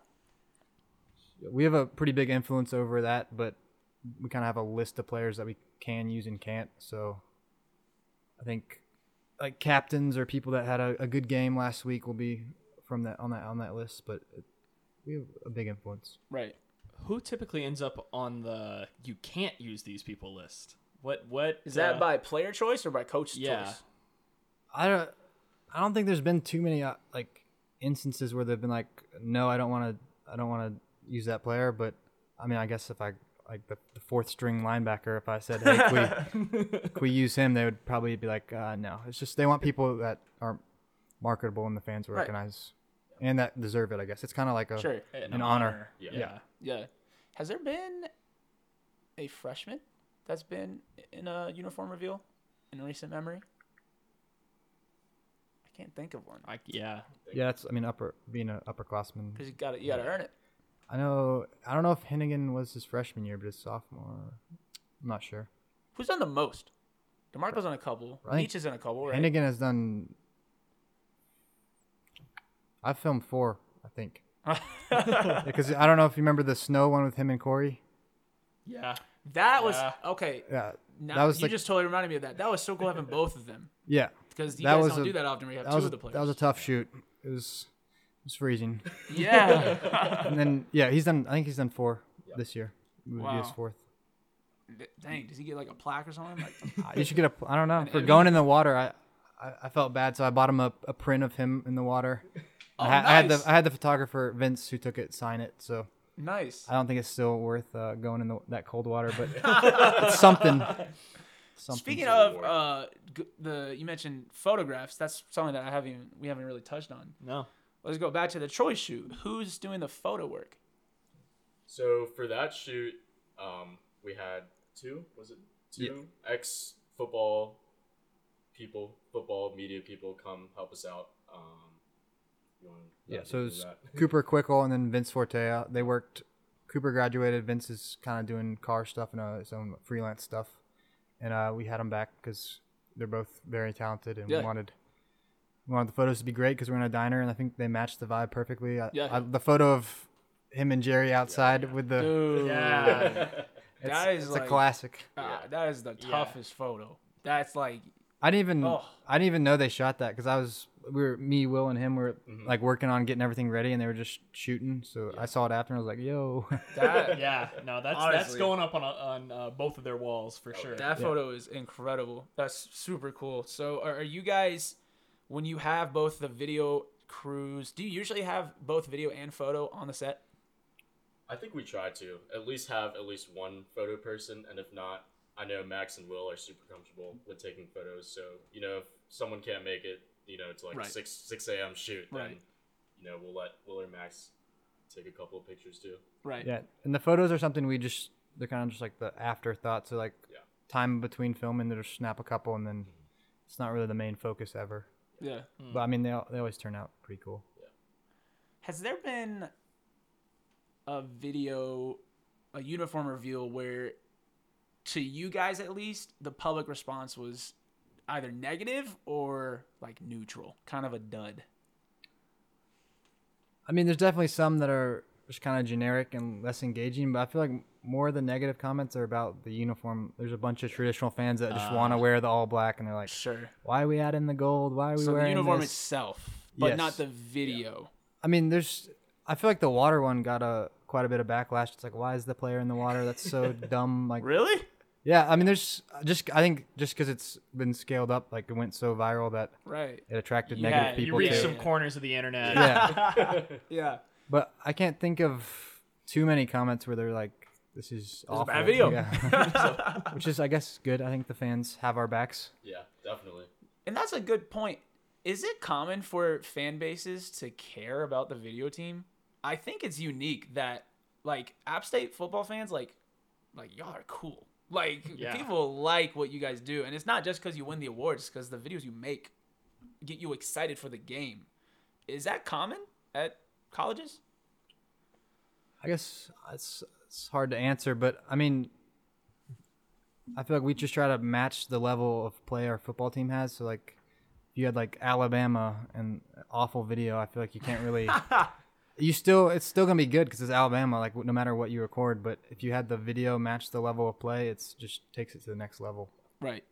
Speaker 4: We have a pretty big influence over that, but we kind of have a list of players that we can use and can't. So I think like captains or people that had a, a good game last week will be from that on that on that list, but it, we have a big influence.
Speaker 2: Right.
Speaker 3: [laughs] Who typically ends up on the you can't use these people list? What what
Speaker 2: Is that
Speaker 3: uh,
Speaker 2: by player choice or by coach's
Speaker 3: Yeah.
Speaker 2: choice?
Speaker 4: I don't I don't think there's been too many uh, like instances where they've been like no, I don't want to I don't want to use that player, but I mean, I guess if I like the, the fourth string linebacker, if I said hey, can
Speaker 2: [laughs]
Speaker 4: we, can we use him, they would probably be like uh, no. It's just they want people that aren't marketable and the fans will
Speaker 2: Right.
Speaker 4: recognize and that deserve it, I guess. It's kind of like a
Speaker 2: Sure.
Speaker 3: an,
Speaker 4: An honor.
Speaker 5: Yeah.
Speaker 3: yeah.
Speaker 2: Yeah. Has there been a freshman that's been in a uniform reveal in recent memory? I can't think of one.
Speaker 3: I, yeah.
Speaker 4: yeah, that's I mean upper being an upperclassman.
Speaker 2: Because you got to you got to earn it.
Speaker 4: I know I don't know if Hennigan was his freshman year, but his sophomore. I'm not sure.
Speaker 2: Who's done the most? DeMarco's on a couple.
Speaker 4: I think
Speaker 2: Each is in a couple, right?
Speaker 4: Hennigan has done. I filmed four, I
Speaker 2: [laughs]
Speaker 4: think, because I don't know if you remember the snow one with him and Corey.
Speaker 3: Yeah.
Speaker 2: that was
Speaker 3: Yeah.
Speaker 2: okay.
Speaker 4: Yeah,
Speaker 2: Now,
Speaker 4: that was
Speaker 2: you
Speaker 4: like
Speaker 2: just totally reminded me of that. That was so cool
Speaker 4: [laughs]
Speaker 2: having both of them
Speaker 4: yeah,
Speaker 2: because you
Speaker 4: That
Speaker 2: guys
Speaker 4: was
Speaker 2: don't
Speaker 4: a-
Speaker 2: do that often. We have
Speaker 4: that
Speaker 2: two
Speaker 4: was
Speaker 2: of the
Speaker 4: a, that
Speaker 2: players.
Speaker 4: was a tough shoot. It was it
Speaker 2: [laughs]
Speaker 4: was freezing, [laughs]
Speaker 2: yeah.
Speaker 4: and then yeah, he's done. I think he's done four this year. Would be his
Speaker 2: Wow.
Speaker 4: fourth.
Speaker 2: Dang, does he get like a plaque or something?
Speaker 4: [laughs]
Speaker 2: Like,
Speaker 4: Uh, You should get a. pl- I don't know for
Speaker 2: Emmy?
Speaker 4: going in the water. I, I I felt bad, so I bought him a, a print of him in the water.
Speaker 2: Oh,
Speaker 4: I, ha- I had the
Speaker 2: nice.
Speaker 4: I had the photographer Vince who took it sign it. So
Speaker 2: nice.
Speaker 4: I don't think it's still worth uh, going in the, that cold water, but
Speaker 2: [laughs]
Speaker 4: it's something. something.
Speaker 2: Speaking
Speaker 5: to
Speaker 2: of
Speaker 5: reward.
Speaker 2: uh, g- the you mentioned photographs, that's something that I haven't even, we haven't really touched on.
Speaker 3: No.
Speaker 2: Let's go back to the Troy shoot. Who's doing the photo work?
Speaker 5: So for that shoot, um, we had two. Was it two ex football people, football media people come help us out? Um, you wanna
Speaker 4: yeah,
Speaker 5: dive
Speaker 4: so
Speaker 5: into
Speaker 4: it's
Speaker 5: that?
Speaker 4: Cooper Quickle and then Vince Forte. uh, They worked. Cooper graduated. Vince is kind of doing car stuff and uh, his own freelance stuff, and uh, we had them back because they're both very talented, and
Speaker 2: Yeah.
Speaker 4: we wanted we wanted the photos to be great because we're in a diner, and I think they matched the vibe perfectly. I,
Speaker 2: Yeah.
Speaker 4: I, the photo of him and Jerry outside with the
Speaker 2: Dude,
Speaker 3: Yeah.
Speaker 4: it's,
Speaker 2: that is
Speaker 4: it's
Speaker 2: like
Speaker 4: a classic.
Speaker 2: ah, that is the
Speaker 3: Yeah.
Speaker 2: toughest photo. That's
Speaker 3: [laughs]
Speaker 2: like
Speaker 4: I didn't even
Speaker 2: Oh.
Speaker 4: I didn't even know they shot that because I was we were me Will and him were like working on getting everything ready and they were just shooting. So I saw it after and I was like, "Yo,
Speaker 2: that.
Speaker 3: yeah. No, that's that's
Speaker 2: Honestly. Oh,
Speaker 3: going up on a, on uh, both of their walls for sure.
Speaker 2: That photo is incredible. That's super cool. So, are, are you guys, when you have both the video crews, do you usually have both video and photo on the set?
Speaker 5: [laughs] I think we try to at least have at least one photo person, and if not, I know Max and Will are super comfortable with taking photos. So you know, if someone can't make it, you know, to like
Speaker 2: Right.
Speaker 5: six six a.m. shoot, then
Speaker 2: Right.
Speaker 5: you know we'll let Will or Max take a couple of pictures too.
Speaker 2: Right.
Speaker 4: yeah." And the photos are something we just they're kind of just like the afterthought. So like
Speaker 5: Yeah.
Speaker 4: time between filming, they just snap a couple and then it's not really the main focus ever.
Speaker 2: Yeah.
Speaker 4: But I mean, they al- they always turn out pretty cool.
Speaker 2: Has there been a video, a uniform reveal where, to you guys at least, the public response was either negative or like neutral, kind of a dud?
Speaker 4: I mean, there's definitely some that are just kind of generic and less engaging, but I feel like more of the negative comments are about the uniform. There's a bunch of traditional fans that just want to wear the all black and they're like,
Speaker 2: Sure.
Speaker 4: why are we adding the gold? Why are we
Speaker 2: So the
Speaker 4: wearing
Speaker 2: uniform
Speaker 4: this?
Speaker 2: itself, but
Speaker 4: Yes.
Speaker 2: not the video.
Speaker 4: I mean, there's. I feel like the water one got a quite a bit of backlash. It's like, why is the player in the water? That's
Speaker 2: [laughs]
Speaker 4: so dumb. Like,
Speaker 2: Really?
Speaker 4: yeah. I mean, there's just. I think just because it's been scaled up, like it went so viral that
Speaker 2: Right.
Speaker 4: it attracted
Speaker 3: Yeah,
Speaker 4: negative
Speaker 3: you
Speaker 4: people
Speaker 3: reach
Speaker 4: too.
Speaker 3: some corners of the internet.
Speaker 2: [laughs]
Speaker 4: [laughs] yeah,
Speaker 2: Yeah.
Speaker 4: but I can't think of too many comments where they're like, "This is awful.
Speaker 2: bad video. [laughs]
Speaker 4: Yeah. Which is, I guess, good. I think the fans have our backs.
Speaker 5: Yeah, definitely.
Speaker 2: And that's a good point. Is it common for fan bases to care about the video team? I think it's unique that like App State football fans like like y'all are cool. Like
Speaker 3: Yeah.
Speaker 2: people like what you guys do and it's not just cuz you win the awards cuz the videos you make get you excited for the game. Is that common at colleges?
Speaker 4: I guess it's it's hard to answer, but I mean, I feel like we just try to match the level of play our football team has. So like, you had like Alabama and awful video, I feel like you can't really. you still, it's still gonna be good because it's Alabama. Like no matter what you record, but if you had the video match the level of play, it's just takes it to the next level.
Speaker 2: Right.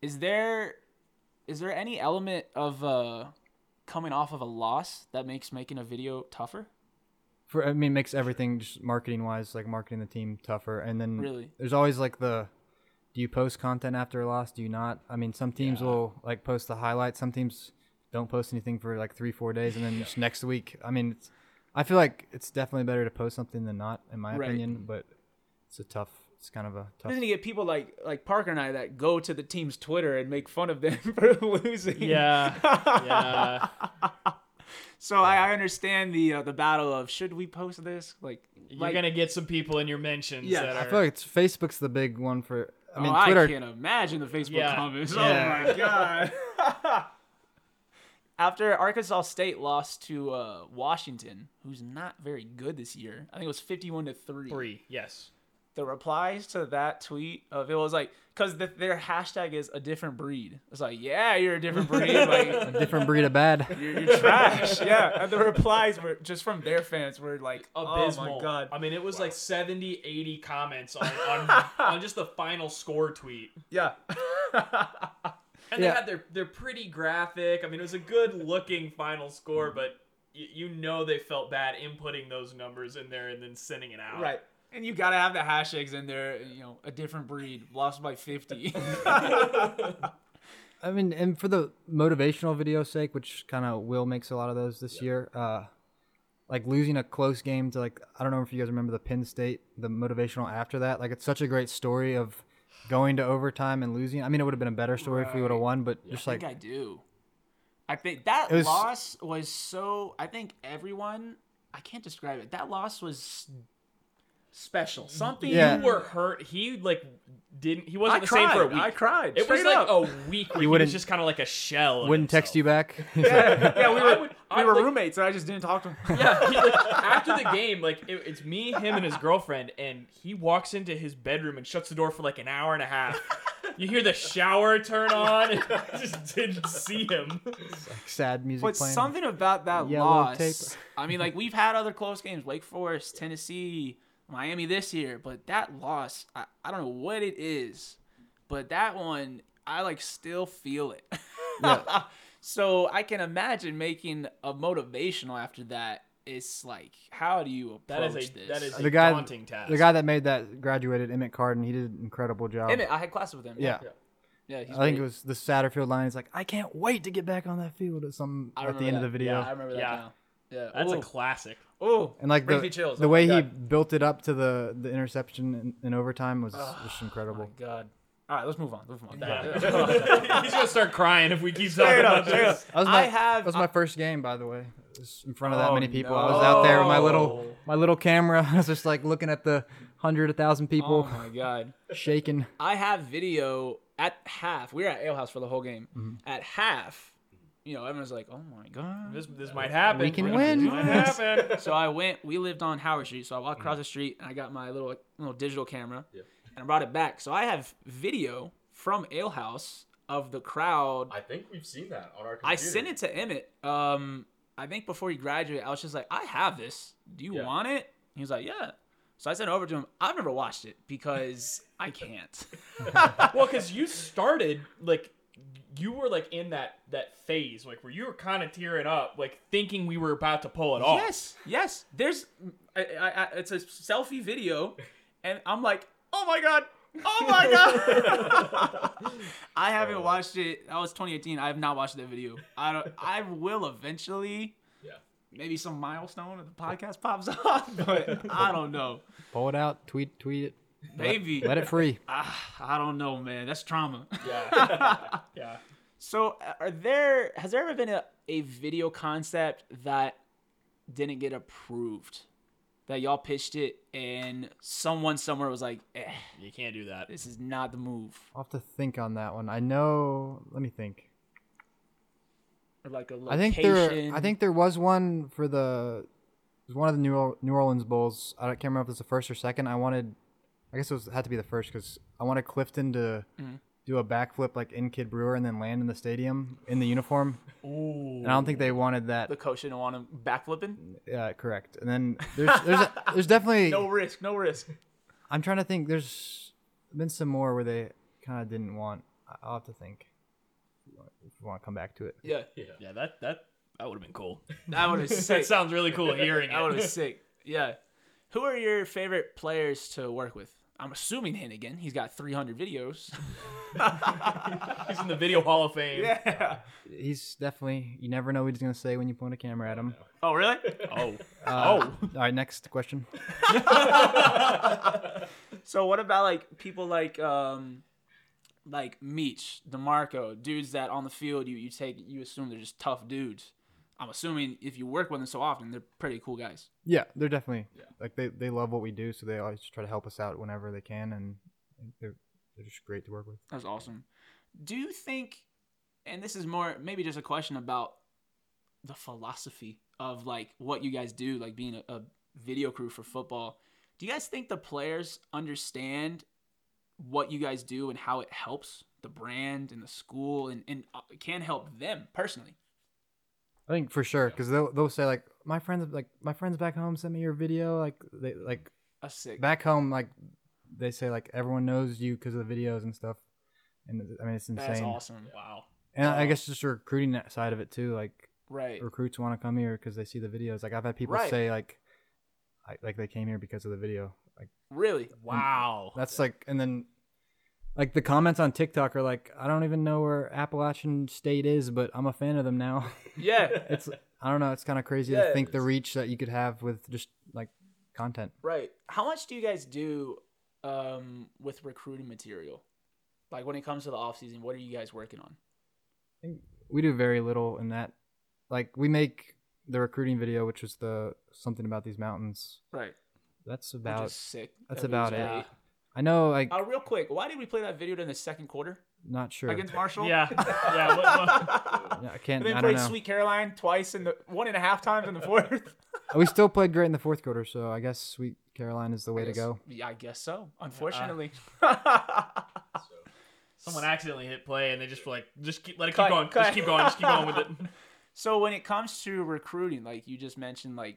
Speaker 2: Is there is there any element of uh coming off of a loss that makes making a video tougher?
Speaker 4: For I mean, it makes everything just marketing wise, like marketing the team tougher, and then
Speaker 2: Really?
Speaker 4: there's always like the. Do you post content after a loss? Do you not? I mean, some teams will like post the highlights. Some teams don't post anything for like three, four days, and then just next week. I mean, it's, I feel like it's definitely better to post something than not, in my
Speaker 2: Right.
Speaker 4: opinion. But it's a tough. It's kind of a tough.
Speaker 2: Doesn't he get people like like Parker and I that go to the team's Twitter and make fun of them [laughs] for losing? [laughs]
Speaker 1: Yeah. yeah.
Speaker 2: So I, I understand the uh, the battle of should we post this? Like,
Speaker 1: You're
Speaker 2: like-
Speaker 1: gonna get some people in your mentions
Speaker 2: Yes.
Speaker 1: that
Speaker 4: I
Speaker 1: are
Speaker 4: feel like it's Facebook's the big one for. I mean,
Speaker 2: oh, I
Speaker 4: Twitter.
Speaker 2: can't imagine the Facebook
Speaker 1: Yeah.
Speaker 2: comments.
Speaker 1: Yeah. [laughs]
Speaker 2: Oh my god. [laughs] After Arkansas State lost to uh, Washington, who's not very good this year, I think it was fifty-one to
Speaker 1: three. Yes.
Speaker 2: the replies to that tweet of it was like because the, their hashtag is a different breed. It's like yeah, you're a different [laughs] breed. like
Speaker 4: different breed of bad.
Speaker 2: [laughs] you're, you're trash. Yeah, and the replies were just from their fans were like abysmal. Oh my god.
Speaker 1: I mean, it was like 70, 80 comments
Speaker 2: [laughs]
Speaker 1: on, on, on just the final score tweet.
Speaker 2: Yeah.
Speaker 1: And
Speaker 4: Yeah.
Speaker 1: they had their their pretty graphic. I mean, it was a good looking final score, but y- you know they felt bad inputting those numbers in there and then sending it out.
Speaker 2: Right. And you gotta have the hashtags in there. You know, a different breed lost by [laughs] fifty.
Speaker 4: I mean, and for the motivational video's sake, which kind of Will makes a lot of those this year, uh, like losing a close game to like I don't know if you guys remember the Penn State, the motivational after that. Like it's such a great story of going to overtime and losing. I mean, it would have been a better story if we would have won, but just
Speaker 2: I
Speaker 4: like
Speaker 2: think I do. I think that
Speaker 4: It was-
Speaker 2: loss was so. I think everyone. I can't describe it. That loss was s- special. Something.
Speaker 4: Yeah.
Speaker 1: You were hurt. He like didn't. He wasn't
Speaker 2: I
Speaker 1: the
Speaker 2: cried.
Speaker 1: same for a week.
Speaker 2: I cried.
Speaker 1: It was
Speaker 2: straight
Speaker 1: like
Speaker 2: up.
Speaker 1: a week. Where he
Speaker 4: wouldn't-
Speaker 1: was just kind of like a shell. of
Speaker 4: wouldn't text you
Speaker 1: himself.
Speaker 4: back.
Speaker 2: [laughs]
Speaker 4: [laughs]
Speaker 2: yeah, we
Speaker 1: I
Speaker 2: were
Speaker 1: would-
Speaker 2: we
Speaker 1: I
Speaker 2: were
Speaker 1: like-
Speaker 2: roommates, and I just didn't talk to him.
Speaker 1: Yeah, he, like, [laughs] after the game, like it, it's me, him, and his girlfriend, and he walks into his bedroom and shuts the door for like an hour and a half. You hear the shower turn on. [laughs] And I just didn't see him.
Speaker 4: Sad music
Speaker 2: But
Speaker 4: playing.
Speaker 2: something about that
Speaker 4: Yellow
Speaker 2: loss.
Speaker 4: tape.
Speaker 2: I mean, like we've had other close games, Wake Forest, Tennessee, Miami this year, but that loss, I, I don't know what it is, but that one, I like still feel it.
Speaker 4: Yeah.
Speaker 2: [laughs] so I can imagine making a motivational after that. It's like, how do you approach
Speaker 1: That is a
Speaker 2: this?
Speaker 1: that is a
Speaker 4: The guy-
Speaker 1: daunting task.
Speaker 4: the guy that made that graduated Emmett Carden. He did an incredible job.
Speaker 2: Emmett, I had classes with him.
Speaker 4: yeah.
Speaker 2: yeah. He's
Speaker 4: I think
Speaker 2: great.
Speaker 4: it was the Satterfield line. He's like, I can't wait to get back on that field at some
Speaker 2: I
Speaker 4: at the
Speaker 2: remember
Speaker 4: end of
Speaker 2: that.
Speaker 4: the video.
Speaker 2: I remember that
Speaker 1: Yeah.
Speaker 2: now. Yeah,
Speaker 1: That's
Speaker 2: Ooh.
Speaker 1: a classic.
Speaker 2: Ooh.
Speaker 4: And like
Speaker 2: Brings
Speaker 4: the,
Speaker 2: me chills.
Speaker 4: the
Speaker 2: Oh my
Speaker 4: way he
Speaker 2: God.
Speaker 4: built it up to the, the interception in, in overtime was just incredible.
Speaker 2: Oh God. All right, let's move on. Let's move on.
Speaker 1: He's gonna start crying if we keep talking
Speaker 2: Straight
Speaker 1: about
Speaker 2: up, straight
Speaker 1: this.
Speaker 2: up.
Speaker 4: That was my,
Speaker 2: I have
Speaker 4: that was my first game, by the way, It was in front of that
Speaker 2: Oh,
Speaker 4: many people. I was out there with my little
Speaker 1: no.
Speaker 4: my little camera. [laughs] I was just like looking at the hundred, a thousand
Speaker 2: Oh
Speaker 4: people
Speaker 2: my god.
Speaker 4: shaking.
Speaker 2: I have video at half. We were at Ale House for the whole game. At half, you know, everyone's like, "Oh my god."
Speaker 1: This, this might happen.
Speaker 4: We can
Speaker 1: This
Speaker 4: win.
Speaker 1: Might happen.
Speaker 2: So I went. We lived on Howard Street, so I walked across the street and I got my little little digital camera and I brought it back. So I have video from Ale House of the crowd.
Speaker 5: I think we've seen that on our. Computer.
Speaker 2: I sent it to Emmett. Um, I think before he graduated, I was just like, I have this. Do you
Speaker 5: Yeah.
Speaker 2: want it? He was like, Yeah. So I sent it over to him. I've never watched it because I can't.
Speaker 1: Well, because you started like you were like in that that phase like where you were kind of tearing up like thinking we were about to pull it off
Speaker 2: Yes, yes. There's, I, I, I, it's a selfie video, and I'm like, oh my god, oh [laughs] my god. I haven't
Speaker 4: Oh.
Speaker 2: watched it. That was 2018. I have not watched that video. I don't. I will eventually.
Speaker 5: Yeah.
Speaker 2: Maybe some milestone of the podcast pops up, [laughs] but I don't know.
Speaker 4: Pull it out, tweet, tweet it,
Speaker 2: Maybe.
Speaker 4: let it
Speaker 2: [laughs]
Speaker 4: free.
Speaker 2: Ah, I don't know, man. That's trauma. [laughs]
Speaker 1: yeah
Speaker 2: So, uh, are there has there ever been a, a video concept that didn't get approved? That y'all pitched it and someone somewhere was like, eh,
Speaker 1: you can't do that
Speaker 2: "This is not the move."
Speaker 4: I'll have to think on that one. I know. Let me think.
Speaker 2: Or like a
Speaker 4: I
Speaker 2: location.
Speaker 4: think there. I think there was one for the. It was one of the New, Or- New Orleans Bulls. I don't-
Speaker 2: Mm-hmm.
Speaker 4: can't remember if it was the first or second. I wanted. I guess it was had to be the first because I wanted Clifton to do a backflip like in Kid Brewer and then land in the stadium in the uniform.
Speaker 3: Ooh.
Speaker 4: And I don't think they wanted that.
Speaker 2: The coach didn't want him backflipping.
Speaker 4: Uh, correct. And then there's
Speaker 2: [laughs]
Speaker 4: there's a, there's definitely
Speaker 2: No risk, no risk.
Speaker 4: I'm trying to think. There's been some more where they kind of didn't want. I- I'll have to think. If you want to come back to it,
Speaker 2: [laughs] Yeah,
Speaker 3: Yeah, that that
Speaker 1: That would have been
Speaker 3: [laughs]
Speaker 1: cool.
Speaker 2: that would have [laughs] been
Speaker 3: that
Speaker 2: sick.
Speaker 3: sounds really cool [laughs] hearing
Speaker 2: That would have been
Speaker 3: it.
Speaker 2: sick. Yeah. Who are your favorite players to work with? I'm assuming Hennigan. He's got 300 videos.
Speaker 3: He's in the Video Hall of Fame.
Speaker 2: [laughs] Yeah.
Speaker 4: he's definitely. You never know what he's gonna say when you point a camera at him.
Speaker 2: Oh, really?
Speaker 3: [laughs]
Speaker 1: Oh,
Speaker 4: Uh, oh. All right. Next question.
Speaker 2: So what about like people like um like Meach, DeMarco, dudes that on the field you you take you assume they're just tough dudes. I'm assuming if you work with them so often, they're pretty cool guys.
Speaker 4: Yeah, they're definitely like they, they love what we do, so they always try to help us out whenever they can, and they're they're just great to work with.
Speaker 2: That's awesome. Do you think and this is more maybe just a question about the philosophy of like what you guys do, like being a, a video crew for football. Do you guys think the players understand what you guys do and how it helps the brand and the school and, and uh, can help them personally?
Speaker 4: I think for sure because they'll they'll say like my friends like my friends back home sent me your video like they like
Speaker 2: That's sick.
Speaker 4: back home like they say like everyone knows you because of the videos and stuff, and I mean it's insane.
Speaker 2: That's awesome. Wow.
Speaker 4: And I guess just the recruiting that side of it too. Like
Speaker 2: Right.
Speaker 4: recruits want to come here because they see the videos. Like I've had people
Speaker 2: Right.
Speaker 4: say like, I, like they came here because of the video. Like
Speaker 2: Really?
Speaker 3: Wow.
Speaker 4: that's like, and then like the comments on TikTok are like, I don't even know where Appalachian State is, but I'm a fan of them now. [laughs]
Speaker 2: Yeah.
Speaker 4: it's I don't know. It's kind of crazy
Speaker 2: Yeah,
Speaker 4: to think
Speaker 2: it
Speaker 4: the reach that you could have with just like content.
Speaker 2: right. How much do you guys do um, with recruiting material? Like when it comes to the off season, what are you guys working on?
Speaker 4: we do very little in that. Like we make the recruiting video, which was the something about these mountains.
Speaker 2: Right.
Speaker 4: That's
Speaker 2: Which
Speaker 4: about.
Speaker 2: is sick.
Speaker 4: that's
Speaker 2: That
Speaker 4: about
Speaker 2: video's
Speaker 4: it. I know. Like
Speaker 2: great. Uh, real quick, why did we play that video during the second quarter
Speaker 4: not sure.
Speaker 2: against Marshall? [laughs]
Speaker 3: Yeah. [laughs] Yeah. What, what?
Speaker 4: Yeah, I
Speaker 2: And
Speaker 4: can't.
Speaker 2: then
Speaker 4: I don't
Speaker 2: played
Speaker 4: know.
Speaker 2: Sweet Caroline twice in the one and a half times in the fourth.
Speaker 4: We still played great in the fourth quarter, so I guess Sweet Caroline is the way to go.
Speaker 2: Yeah, I guess so. Unfortunately. [laughs]
Speaker 3: Someone accidentally hit play, and they just were like, just keep let it keep
Speaker 2: Cut,
Speaker 3: going,
Speaker 2: cut.
Speaker 3: just keep going, just keep going with [laughs] it.
Speaker 2: So when it comes to recruiting, like you just mentioned, like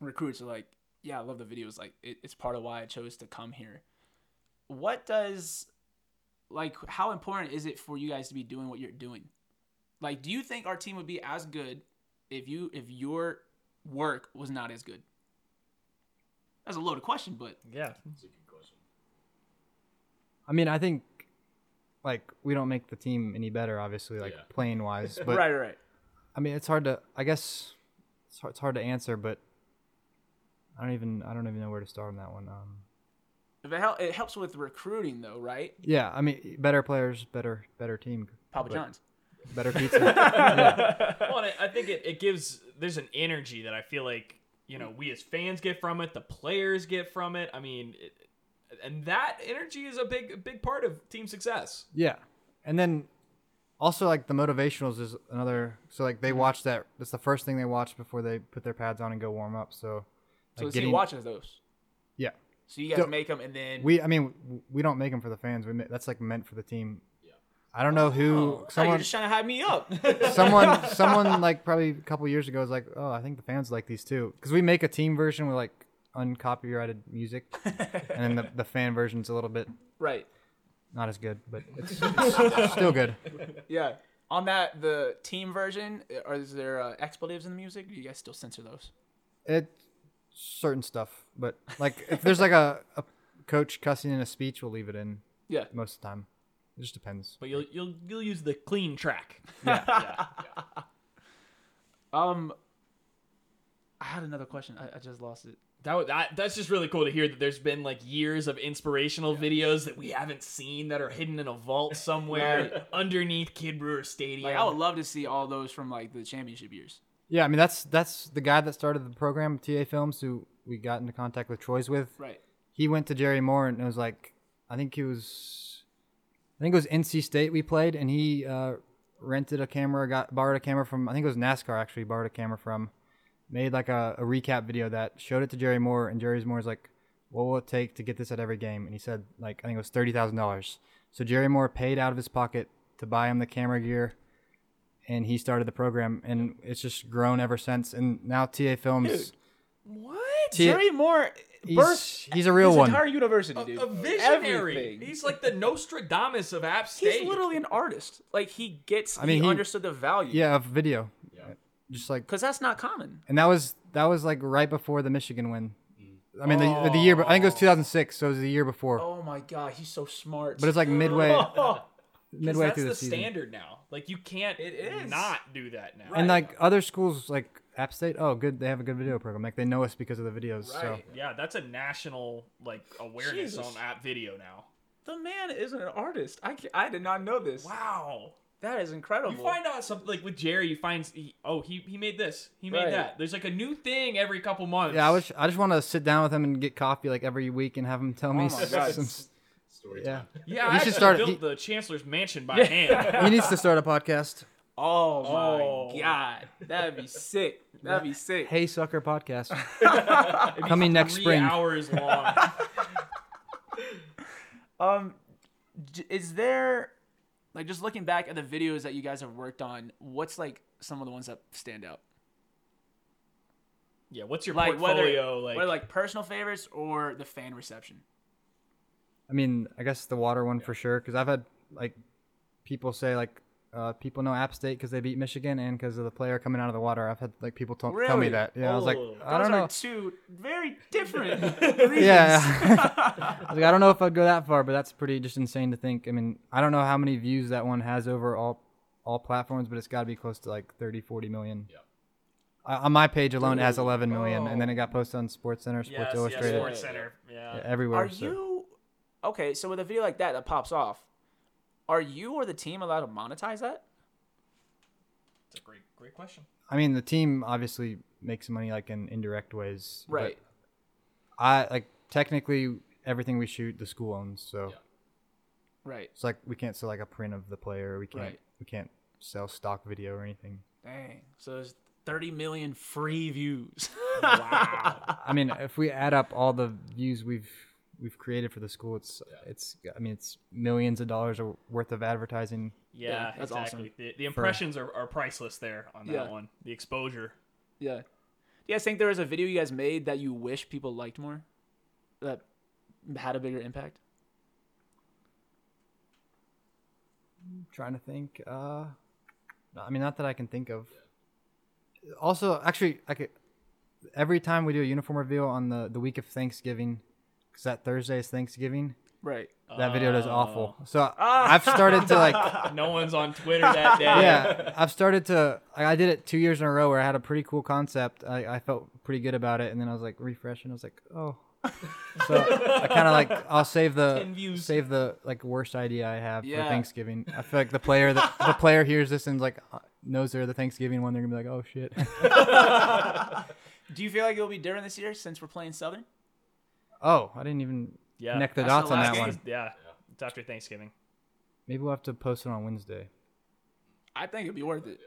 Speaker 2: recruits are like, yeah, I love the videos. Like it, it's part of why I chose to come here. What does, like, how important is it for you guys to be doing what you're doing? Like, do you think our team would be as good if you if your work was not as good? That's a loaded question, but
Speaker 3: Yeah.
Speaker 5: That's a good question.
Speaker 4: I mean, I think like we don't make the team any better, obviously, like
Speaker 5: Yeah.
Speaker 4: playing wise. But
Speaker 2: right, right,
Speaker 4: I mean, it's hard to. I guess it's hard, it's hard to answer, but I don't even. I don't even know where to start on that one. Um,
Speaker 2: if it, hel- it helps with recruiting though, right?
Speaker 4: yeah, I mean, better players, better, better team,
Speaker 2: Papa
Speaker 4: but
Speaker 2: John's.
Speaker 4: better pizza.
Speaker 3: Well, and I- I think it, it gives there's an energy that I feel like you know we as fans get from it, the players get from it. I mean, it, and that energy is a big a big part of team success.
Speaker 4: yeah, and then also like the motivationals is another. So like they watch that. That's the first thing they watch before they put their pads on and go warm up. So
Speaker 2: So
Speaker 4: like,
Speaker 2: the team watches those.
Speaker 4: Yeah,
Speaker 2: So you guys
Speaker 4: So-
Speaker 2: make them, and then
Speaker 4: we. I mean, w- we don't make them for the fans. We ma- that's like meant for the team. I don't know who
Speaker 2: Oh, you're
Speaker 4: someone
Speaker 2: just trying to hype me up.
Speaker 4: [laughs] someone someone like probably a couple years ago was like, oh, I think the fans like these too because we make a team version with like uncopyrighted music, and then the, the fan version's a little bit
Speaker 2: [laughs] right.
Speaker 4: not as good, but it's, it's still good.
Speaker 2: Yeah. On that, the team version, are is there uh, expletives in the music? Do you guys still censor those?
Speaker 4: It certain stuff, but like if there's like a, a coach cussing in a speech, we'll leave it in
Speaker 2: Yeah.
Speaker 4: most of the time. It just depends.
Speaker 3: But you'll you'll you'll use the clean track.
Speaker 2: Um, I had another question. I, I just lost it.
Speaker 3: That, wa- that that's just really cool to hear that there's been like years of inspirational videos that we haven't seen that are hidden in a
Speaker 2: [laughs]
Speaker 3: vault somewhere underneath Kid Brewer Stadium.
Speaker 2: Like, I would love to see all those from like the championship years.
Speaker 4: Yeah, I mean that's that's the guy that started the program, TA Films, who we got into contact with Troy's with.
Speaker 2: Right.
Speaker 4: He went to Jerry Moore and it was like, I think he was, I think it was NC State we played, and he uh, rented a camera, got borrowed a camera from, I think it was NASCAR actually borrowed a camera from, made like a, a recap video of that showed it to Jerry Moore, and Jerry Moore's like, what will it take to get this at every game? And he said like, I think it was thirty thousand dollars. So Jerry Moore paid out of his pocket to buy him the camera gear, and he started the program, and it's just grown ever since. And now TA Films,
Speaker 2: What?
Speaker 4: T-
Speaker 2: Jerry Moore uh,
Speaker 4: he's,
Speaker 2: birthed
Speaker 4: he's a real
Speaker 2: his
Speaker 4: one.
Speaker 2: entire university, dude.
Speaker 3: A visionary.
Speaker 2: Everything.
Speaker 3: He's like the Nostradamus of App
Speaker 2: He's
Speaker 3: State. [laughs]
Speaker 2: literally an artist. Like he gets,
Speaker 4: I mean,
Speaker 2: he,
Speaker 4: he-
Speaker 2: understood the value.
Speaker 4: yeah, of video,
Speaker 5: Yeah.
Speaker 4: just like
Speaker 2: because that's not common.
Speaker 4: and that was that was like right before the Michigan win. I mean, the, the year, I think it was 2006, so it was the year before.
Speaker 2: Oh my god, he's so smart. Oh,
Speaker 4: But it's like
Speaker 1: Oh,
Speaker 4: midway,
Speaker 3: 'Cause
Speaker 4: midway
Speaker 3: that's
Speaker 4: through
Speaker 3: the,
Speaker 4: the, season.
Speaker 3: standard now. Like you can't it
Speaker 2: is.
Speaker 3: not do that now.
Speaker 4: And like other schools, like App State, oh, good, they have a good video program. Like they know us because of the videos. So
Speaker 3: Yeah, that's a national like awareness
Speaker 2: Jesus.
Speaker 3: on app video now.
Speaker 2: the man is an artist. I ca- I did not know this.
Speaker 3: Wow.
Speaker 2: that is incredible.
Speaker 3: You find out something like with Jerry, you find he, oh he he made this, he made
Speaker 2: Right.
Speaker 3: that. There's like a new thing every couple months.
Speaker 4: yeah, I wish I just want to sit down with him and get coffee like every week and have him tell me
Speaker 2: Oh my God.
Speaker 4: some.
Speaker 5: Story
Speaker 4: Yeah,
Speaker 5: time.
Speaker 3: Yeah, I
Speaker 4: He should
Speaker 3: actually
Speaker 4: start-
Speaker 3: built
Speaker 4: he-
Speaker 3: the Chancellor's Mansion by hand.
Speaker 4: he needs to start a podcast.
Speaker 2: oh my
Speaker 3: Oh.
Speaker 2: god, that'd be sick. That'd be sick.
Speaker 4: Hey,
Speaker 2: [laughs]
Speaker 4: sucker podcast.
Speaker 3: It'd be
Speaker 4: Coming [laughs] next
Speaker 3: three
Speaker 4: spring.
Speaker 3: hours long.
Speaker 2: Um, j- is there like just looking back at the videos that you guys have worked on? What's like some of the ones that stand out?
Speaker 3: yeah, what's your
Speaker 2: Like
Speaker 3: portfolio
Speaker 2: whether
Speaker 3: like?
Speaker 2: whether like personal favorites or the fan reception.
Speaker 4: I mean, I guess the water one for sure, because I've had like people say like uh, people know App State because they beat Michigan and because of the player coming out of the water. I've had like people t- tell
Speaker 2: Really?
Speaker 4: me that. Yeah, I was like,
Speaker 3: Oh.
Speaker 4: I
Speaker 2: Those
Speaker 4: don't
Speaker 2: are
Speaker 4: know.
Speaker 2: two very different.
Speaker 4: Yeah, [laughs] I, was like, I don't know if I'd go that far, but that's pretty just insane to think. I mean, I don't know how many views that one has over all all platforms, but it's got to be close to like 30, 40 million.
Speaker 5: Yeah.
Speaker 4: Uh, on my page alone, it has 11 million, and then it
Speaker 2: Oh.
Speaker 4: got posted on Sports Center, Sports
Speaker 3: yes, yes,
Speaker 4: Illustrated,
Speaker 3: Sports Center. Yeah.
Speaker 4: yeah, everywhere.
Speaker 2: Are
Speaker 4: so.
Speaker 2: you okay? So with a video like that that pops off, are you or the team allowed to monetize that?
Speaker 3: It's a great great question.
Speaker 4: I mean, the team obviously makes money like in indirect ways. but
Speaker 2: Right.
Speaker 4: I like technically everything we shoot, the school owns. So
Speaker 5: Yeah.
Speaker 2: Right.
Speaker 4: it's like we can't sell like a print of the player. We can't.
Speaker 2: Right.
Speaker 4: We can't sell stock video or anything.
Speaker 2: Dang. So there's 30 million free [laughs] views.
Speaker 3: Wow.
Speaker 4: I mean, if we add up all the views we've we've created for the school, it's
Speaker 5: Yeah.
Speaker 4: it's. I mean, it's millions of dollars of- worth of advertising.
Speaker 3: Yeah,
Speaker 2: Yeah, that's
Speaker 3: exactly.
Speaker 2: awesome.
Speaker 3: The, the impressions are, are priceless there on that
Speaker 2: Yeah.
Speaker 3: one. The [laughs] exposure.
Speaker 2: yeah. Do you guys think there was a video you guys made that you wish people liked more? That had a bigger impact?
Speaker 4: I'm trying to think. Uh, no, I mean, not that I can think of. Also, actually, I could. Every time we do a uniform reveal on the the week of Thanksgiving, because that Thursday is Thanksgiving,
Speaker 2: Right.
Speaker 4: that video does
Speaker 3: Oh.
Speaker 4: awful. So I- I've started to like.
Speaker 3: No one's on Twitter [laughs] that day.
Speaker 4: Yeah, [laughs] I've started to. I I did it two years in a row where I had a pretty cool concept. I, I felt pretty good about it, and then I was like refresh, and I was like, oh. So I kind of like I'll save the
Speaker 3: Ten views.
Speaker 4: save the like worst idea I have
Speaker 2: Yeah.
Speaker 4: for Thanksgiving. I feel like the player that the player hears this and like uh, knows they're the Thanksgiving one. They're gonna be like, oh
Speaker 2: [laughs]
Speaker 4: shit.
Speaker 2: Do you feel like it'll be different this year since we're playing Southern?
Speaker 4: oh, I didn't even
Speaker 3: Yeah.
Speaker 4: connect the
Speaker 2: That's the
Speaker 4: dots on
Speaker 2: last
Speaker 4: that
Speaker 2: game.
Speaker 4: one.
Speaker 3: Yeah. It's after Thanksgiving.
Speaker 4: Maybe we'll have to post it on Wednesday.
Speaker 2: I think it'd be worth it.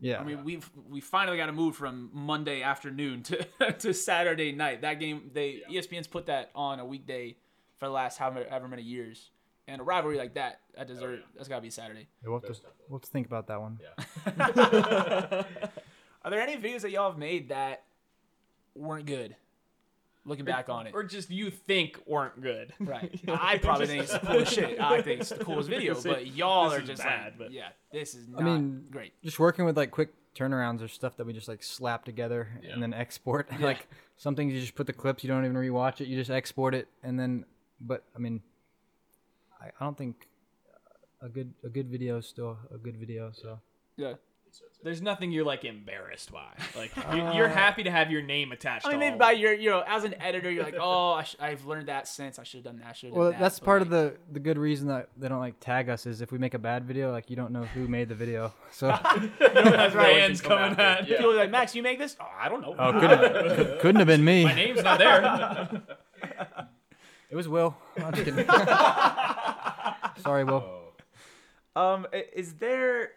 Speaker 4: Yeah,
Speaker 2: I mean, we've we finally got to move from Monday afternoon to [laughs] to Saturday night. That game, they E ESPN's put that on a weekday for the last however, however many years. And a rivalry like that, that deserve that's got to be Saturday.
Speaker 4: we'll, have to, we'll have to think about that one.
Speaker 2: Are there any videos that y'all have made that weren't good? Looking back on it,
Speaker 3: Or just you think weren't good.
Speaker 2: [laughs]
Speaker 3: [laughs]
Speaker 2: right? I probably think it's the coolest shit. I think it's the coolest video,
Speaker 3: This is-
Speaker 2: but y'all
Speaker 3: this
Speaker 2: are
Speaker 3: is
Speaker 2: just
Speaker 3: bad,
Speaker 2: like,
Speaker 3: but-
Speaker 2: yeah, this is not
Speaker 4: mean,
Speaker 2: great.
Speaker 4: just working with like quick turnarounds or stuff that we just like slap together and then export. [laughs] like some things you just put the clips, you don't even rewatch it, you just export it, and then. But I mean, I, I don't think uh, a good a good video is still a good video. So
Speaker 2: Yeah.
Speaker 3: There's nothing you're like embarrassed by. [laughs] Like you, you're happy to have your name attached.
Speaker 2: I mean,
Speaker 3: to
Speaker 2: maybe
Speaker 3: all
Speaker 2: by your, you know, as an editor, you're like, oh, I sh- I've learned that since. I should have done that. I should have
Speaker 4: well,
Speaker 2: done that.
Speaker 4: that's
Speaker 2: but,
Speaker 4: part of
Speaker 2: like,
Speaker 4: the the good reason that they don't like tag us is if we make a bad video, like you don't know who made the video. [laughs] So
Speaker 3: That's
Speaker 2: right, we
Speaker 3: Fans
Speaker 2: can come
Speaker 3: coming
Speaker 2: after
Speaker 3: at.
Speaker 2: it. People are like, Max, you make this? Oh, I don't know.
Speaker 3: Uh,
Speaker 4: oh, couldn't have, [laughs] couldn't have been me.
Speaker 3: My name's not [laughs] there.
Speaker 4: It was Will. I'm just [laughs] kidding. Sorry, Will.
Speaker 5: Oh,
Speaker 2: Um, i- is there?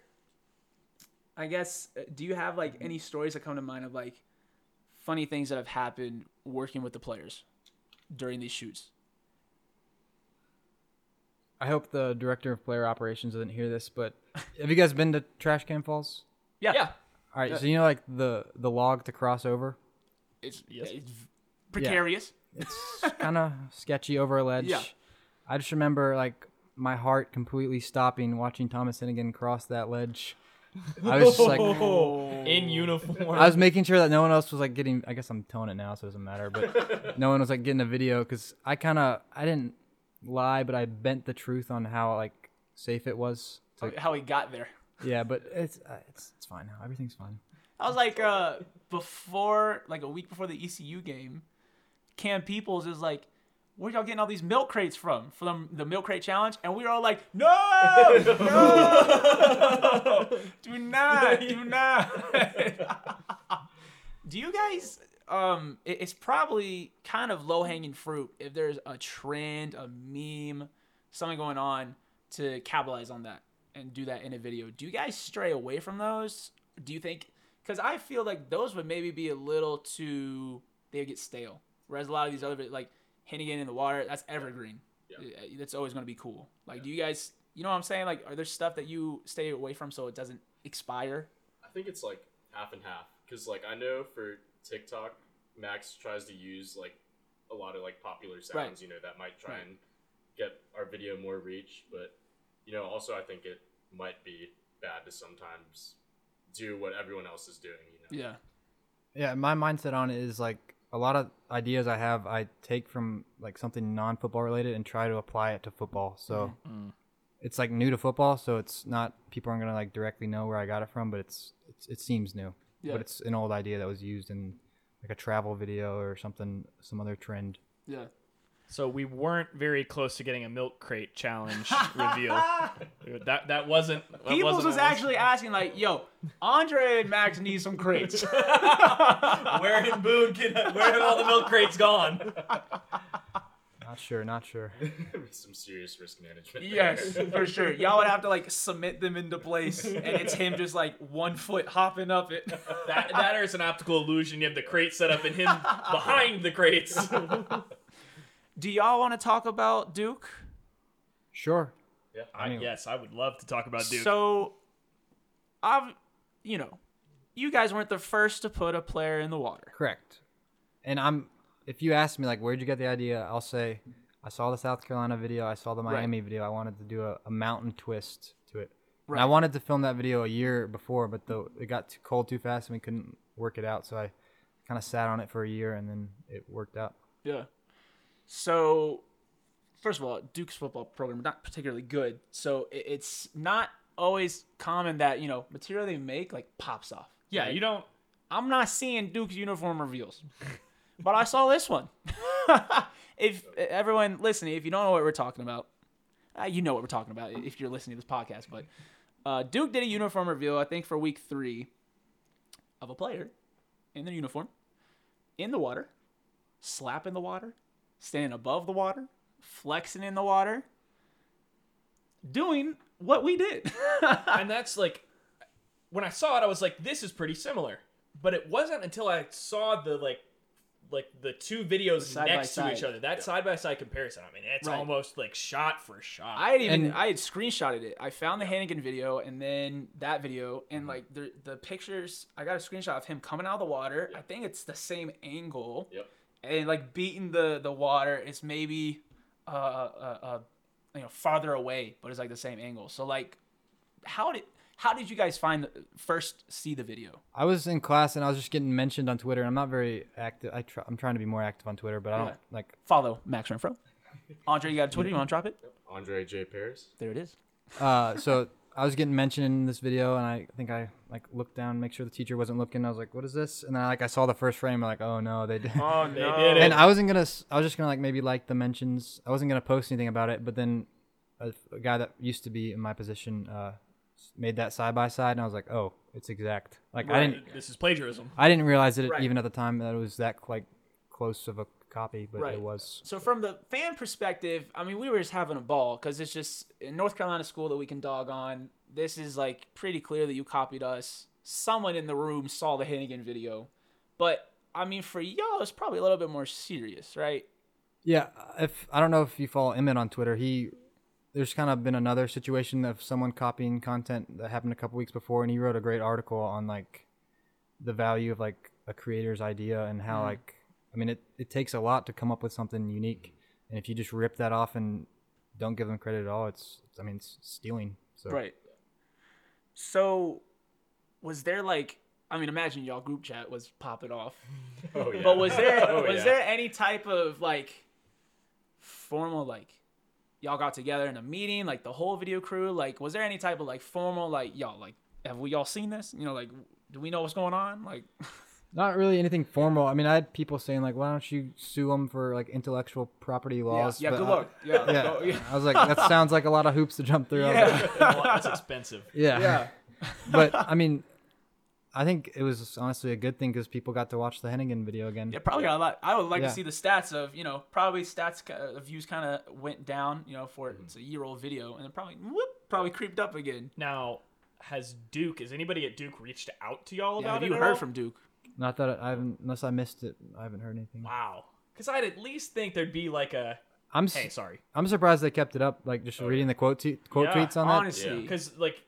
Speaker 2: I guess. uh, Do you have like any stories that come to mind of like funny things that have happened working with the players during these shoots?
Speaker 4: I hope the director of player operations doesn't hear this, but have you guys been to Trash Can Falls?
Speaker 2: Yeah.
Speaker 3: Yeah.
Speaker 4: All right, so you know like the the log to cross over.
Speaker 2: It's, it's precarious.
Speaker 4: It's kind of sketchy over a ledge.
Speaker 2: Yeah.
Speaker 4: I just remember like my heart completely stopping watching Thomas Hennigan cross that ledge. I was just like,
Speaker 3: in uniform.
Speaker 4: I was making sure that no one else was like getting. I guess I'm telling it now, so it doesn't matter. But no one was like getting a video because I kind of I didn't lie, but I bent the truth on how like safe it was. It's like,
Speaker 2: How he got there.
Speaker 4: yeah, but it's uh, it's it's fine now. Everything's fine.
Speaker 2: I was like, uh, before, like a week before the ECU game, Cam Peoples is like, where y'all getting all these milk crates from? From the milk crate challenge? And we were all like, no, no, do not, do not. [laughs] do you guys, um, it- it's probably kind of low hanging fruit if there's a trend, a meme, something going on to capitalize on that and do that in a video. Do you guys stray away from those? Do you think? Because I feel like those would maybe be a little too. They would get stale. Whereas a lot of these other like Hennigan in the water, that's evergreen. Uh, That's always going to be cool. Like, do you guys? You know what I'm saying? Like, are there stuff that you stay away from so it doesn't expire?
Speaker 5: I think it's like half and half because like I know for TikTok, Max tries to use like a lot of like popular sounds,
Speaker 2: Right.
Speaker 5: you know, that might try
Speaker 2: Right.
Speaker 5: and get our video more reach. But you know, also I think it might be bad to sometimes do what everyone else is doing. You know,
Speaker 2: Yeah.
Speaker 4: Yeah, my mindset on it is like a lot of ideas I have, I take from like something non-football related and try to apply it to football. So it's like new to football, so it's not people aren't gonna like directly know where I got it from, but it's, it's it seems new.
Speaker 2: Yeah.
Speaker 4: But it's an old idea that was used in like a travel video or something, some other trend.
Speaker 2: Yeah.
Speaker 3: So we weren't very close to getting a milk crate challenge [laughs] reveal. That that wasn't. That
Speaker 2: Peoples
Speaker 3: wasn't
Speaker 2: was
Speaker 3: what it
Speaker 2: actually asking, like, yo, Andre and Max need some
Speaker 3: [laughs]
Speaker 2: crates.
Speaker 3: Where did Boone get? Where have all the milk crates gone?
Speaker 4: Not sure, not sure.
Speaker 5: some serious risk management.
Speaker 2: Yes,
Speaker 5: there.
Speaker 2: for sure. Y'all would have to like cement them into place, and it's him just like one foot hopping up it. [laughs]
Speaker 3: That that is an optical illusion. You have the crate set up and [laughs] him behind the crates.
Speaker 2: Do y'all want to talk about Duke?
Speaker 4: [laughs] Sure.
Speaker 5: yeah.
Speaker 3: I, yes, I would love to talk about Duke.
Speaker 2: So, I've, you know, you guys weren't the first to put a player in the water.
Speaker 4: Correct. And I'm if you ask me like where'd you get the idea, I'll say I saw the South Carolina video, I saw the Miami video, I wanted to do a, a mountain twist to it. And I
Speaker 2: Right.
Speaker 4: wanted to film that video a year before, but the, it got too cold too fast and we couldn't work it out, so I kind of sat on it for a year and then it worked out.
Speaker 2: Yeah. So, first of all, Duke's football program not particularly good, so it, it's not always common that you know material they make like pops off.
Speaker 3: yeah, you don't.
Speaker 2: I'm not seeing Duke's uniform reveals, [laughs] but I saw this one. [laughs] if everyone listening, if you don't know what we're talking about, uh, you know what we're talking about if you're listening to this podcast. But uh, Duke did a uniform reveal, I think, for week three of a player in their uniform, in the water, slap in the water, standing above the water, flexing in the water, doing what we did. [laughs]
Speaker 3: and that's like when I saw it, I was like, this is pretty similar. But it wasn't until I saw the like like the two videos
Speaker 2: side by
Speaker 3: next to each
Speaker 2: side.
Speaker 3: other, that side by side comparison. I mean, it's
Speaker 2: Right.
Speaker 3: almost like shot for shot.
Speaker 2: I had even
Speaker 4: And-
Speaker 2: I had screenshotted it. I found the Hannigan video and then that video and like the the pictures. I got a screenshot of him coming out of the water. I think it's the same angle
Speaker 5: Yep.
Speaker 2: and like beating the the water. It's maybe uh, uh uh you know farther away, but it's like the same angle. So like how did how did you guys find the, first see the video?
Speaker 4: I was in class and I was just getting mentioned on Twitter. and I'm not very active. I try, I'm trying to be more active on Twitter, but I don't
Speaker 2: Yeah.
Speaker 4: like
Speaker 2: Follow Max Renfro. Andre, you got a Twitter? You want to drop it?
Speaker 5: Andre J Paris.
Speaker 2: There it is.
Speaker 4: Uh, so I was getting mentioned in this video, and I think I like looked down, make sure the teacher wasn't looking. I was like, "What is this?" And then like I saw the first frame, I'm like, "Oh no, they did."
Speaker 2: Oh
Speaker 3: they did it.
Speaker 4: and I wasn't gonna, s- I was just gonna like maybe like the mentions. I wasn't gonna post anything about it, but then a, a guy that used to be in my position uh, s- made that side by side, and I was like, "Oh, it's exact." Like I didn't,
Speaker 3: this is plagiarism.
Speaker 4: I didn't realize it
Speaker 2: Right.
Speaker 4: even at the time that it was that like close of a copy, but
Speaker 2: Right.
Speaker 4: it was.
Speaker 2: So from the fan perspective, I mean, we were just having a ball because it's just in North Carolina school that we can dog on. This is like pretty clear that you copied us. Someone in the room saw the Hennigan video, but I mean, for y'all, it's probably a little bit more serious, right?
Speaker 4: uh, Yeah, if I don't know if you follow Emmett on Twitter, he there's kind of been another situation of someone copying content that happened a couple weeks before, and he wrote a great article on like the value of like a creator's idea and
Speaker 2: Mm.
Speaker 4: how like I mean it it takes a lot to come up with something unique, and if you just rip that off and don't give them credit at all, it's I mean it's stealing. So
Speaker 2: Right. So, was there like, I mean, imagine y'all group chat was popping off,
Speaker 5: Oh, yeah.
Speaker 2: but was there
Speaker 5: [laughs] Oh,
Speaker 2: was
Speaker 5: yeah.
Speaker 2: there any type of like formal like y'all got together in a meeting like the whole video crew like was there any type of like formal like y'all like have we all seen this you know like do we know what's going on like
Speaker 4: Not really anything formal. I mean, I had people saying like, "Why don't you sue them for like intellectual property laws?"
Speaker 2: yeah
Speaker 4: But
Speaker 2: good
Speaker 4: I- [laughs]
Speaker 2: luck yeah [laughs]
Speaker 4: Yeah.
Speaker 2: go- yeah
Speaker 4: I was like, that sounds like a lot of hoops to jump through. I was like,
Speaker 2: yeah,
Speaker 3: Well, that's expensive.
Speaker 4: Yeah.
Speaker 2: Yeah.
Speaker 4: [laughs] but I mean, I think it was honestly a good thing because people got to watch the Hennigan video again.
Speaker 2: [laughs] Yeah, probably got a lot. I would like
Speaker 4: Yeah.
Speaker 2: to see the stats of you know probably stats ki- uh, the views kind of went down you know for it's a year old video and then probably whoop probably creeped up again.
Speaker 3: Now, has Duke? Has anybody at Duke reached out to y'all
Speaker 2: Yeah,
Speaker 3: about
Speaker 2: have
Speaker 3: it?
Speaker 2: you
Speaker 3: at
Speaker 2: heard
Speaker 3: all?
Speaker 2: from Duke?
Speaker 4: Not that I, I haven't, unless I missed it, I haven't heard anything.
Speaker 3: Wow. Because I'd at least think there'd be like a
Speaker 4: I'm s
Speaker 3: hey, sorry.
Speaker 4: am surprised they kept it up. Like just reading the quote te- quote
Speaker 3: Yeah,
Speaker 4: tweets on
Speaker 2: Honestly,
Speaker 3: Because like,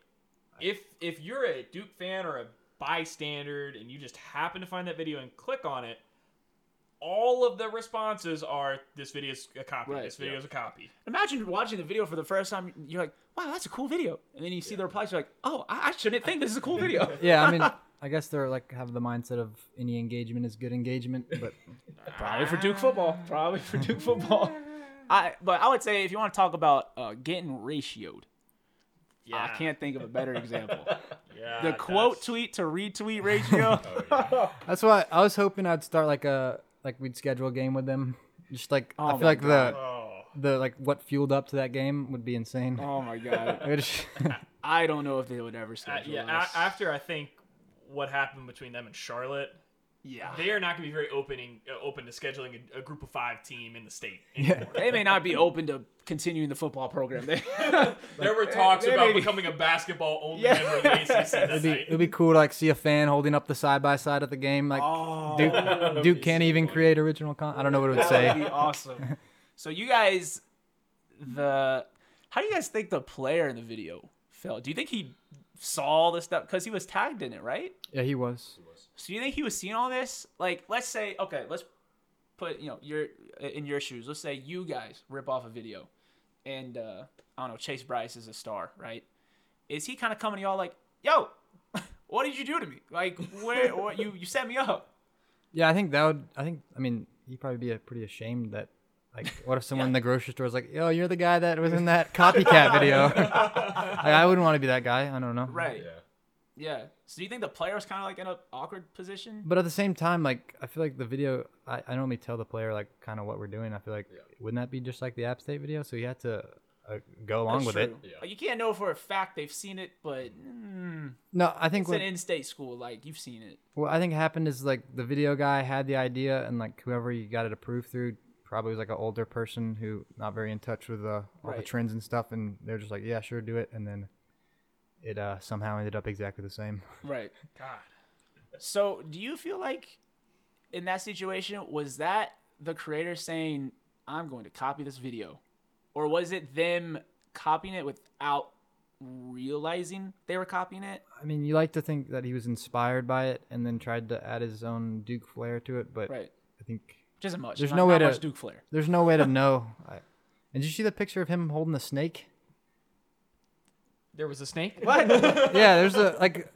Speaker 3: if if you're a Duke fan or a bystander and you just happen to find that video and click on it, all of the responses are this video's a copy.
Speaker 2: Right,
Speaker 3: this video's a copy.
Speaker 2: imagine watching the video for the first time. You're like, wow, that's a cool video, and then you see the replies. You're like, oh, I, I shouldn't think this is a
Speaker 3: [laughs]
Speaker 2: cool video.
Speaker 4: that. Yeah, I mean, I guess they're like have the mindset of any engagement is good engagement, but
Speaker 2: Probably for Duke football.
Speaker 3: Ah.
Speaker 2: Probably for Duke football.
Speaker 3: [laughs]
Speaker 2: I but I would say if you want to talk about uh, getting ratioed,
Speaker 3: Yeah,
Speaker 2: I can't think of a better example.
Speaker 3: [laughs] Yeah,
Speaker 2: The
Speaker 3: that's- Oh,
Speaker 2: quote tweet to
Speaker 3: [laughs]
Speaker 2: retweet ratio.
Speaker 4: that's why I was hoping I'd start like a like we'd schedule a game with them. Just like
Speaker 2: Oh
Speaker 4: I
Speaker 2: my
Speaker 4: feel like
Speaker 3: Oh,
Speaker 4: the the like what fueled up to that game would be insane.
Speaker 2: oh my god.
Speaker 4: [laughs] I would just-
Speaker 2: I don't know if they would ever
Speaker 3: uh,
Speaker 2: schedule
Speaker 3: yeah.
Speaker 2: this.
Speaker 3: a- after I think what happened between them and Charlotte,
Speaker 2: yeah.
Speaker 3: they are not going to be very opening uh, open to scheduling a, a group of five team in the state.
Speaker 4: yeah.
Speaker 2: They may not be open to continuing the football program. They,
Speaker 3: [laughs] There were talks
Speaker 2: they
Speaker 3: about
Speaker 2: may be-
Speaker 3: becoming a basketball only
Speaker 2: Yeah.
Speaker 3: member of the ACC. [laughs]
Speaker 4: It'd
Speaker 3: this
Speaker 4: be,
Speaker 3: night.
Speaker 4: it'd be cool to like see a fan holding up the side by side at the game. Like
Speaker 2: oh,
Speaker 4: Duke, Duke can't even create original content. I don't know what it would
Speaker 2: that would
Speaker 4: say.
Speaker 2: be awesome. So you guys, the how do you guys think the player in the video felt? Do you think he saw all this stuff because he was tagged in it, right?
Speaker 4: Yeah, he was.
Speaker 2: So you think he was seeing all this? Like, let's say, okay, let's put you know your in your shoes. Let's say you guys rip off a video, and uh, I don't know, Chase Bryce is a star, right? Is he kind of coming to y'all like, yo, [laughs] what did you do to me? Like, where what, you you set me up?
Speaker 4: Yeah, I think that would. I think. I mean, he'd probably be uh pretty ashamed that. Like, what if someone in the grocery store is like, "Yo, you're the guy that was in that
Speaker 2: [laughs]
Speaker 4: copycat video." like, I wouldn't want to be that guy. I don't know.
Speaker 2: Right.
Speaker 5: Yeah.
Speaker 2: Yeah. So do you think the player was kind of like in an awkward position?
Speaker 4: But at the same time, like, I feel like the video. I, I normally tell the player like kind of what we're doing. I feel like wouldn't that be just like the App State video? So you had to uh, go along with it.
Speaker 5: Yeah.
Speaker 2: Like, you can't know for a fact they've seen it, but mm,
Speaker 4: No, I think
Speaker 2: it's
Speaker 4: what-
Speaker 2: an in-state school. Like you've seen it.
Speaker 4: What I think happened is like the video guy had the idea, and like whoever he got it approved through probably was like an older person who not very in touch with uh, all the
Speaker 2: Right.
Speaker 4: trends and stuff, and they're just like, yeah, sure, do it, and then it uh, somehow ended up exactly
Speaker 2: [laughs]
Speaker 4: the same.
Speaker 2: Right.
Speaker 3: God.
Speaker 2: So, do you feel like in that situation was that the creator saying, "I'm going to copy this video," or was it them copying it without realizing they were copying it?
Speaker 4: I mean, you like to think that he was inspired by it and then tried to add his own Duke flair to it, but
Speaker 2: Right.
Speaker 4: I think
Speaker 2: Which isn't much.
Speaker 4: There's
Speaker 2: Not-
Speaker 4: no way
Speaker 2: not
Speaker 4: to-
Speaker 2: much Duke Flair.
Speaker 4: there's no way to know. I, and did you see the picture of him holding the snake?
Speaker 3: There was a snake.
Speaker 2: What?
Speaker 4: [laughs] Yeah, there's a like.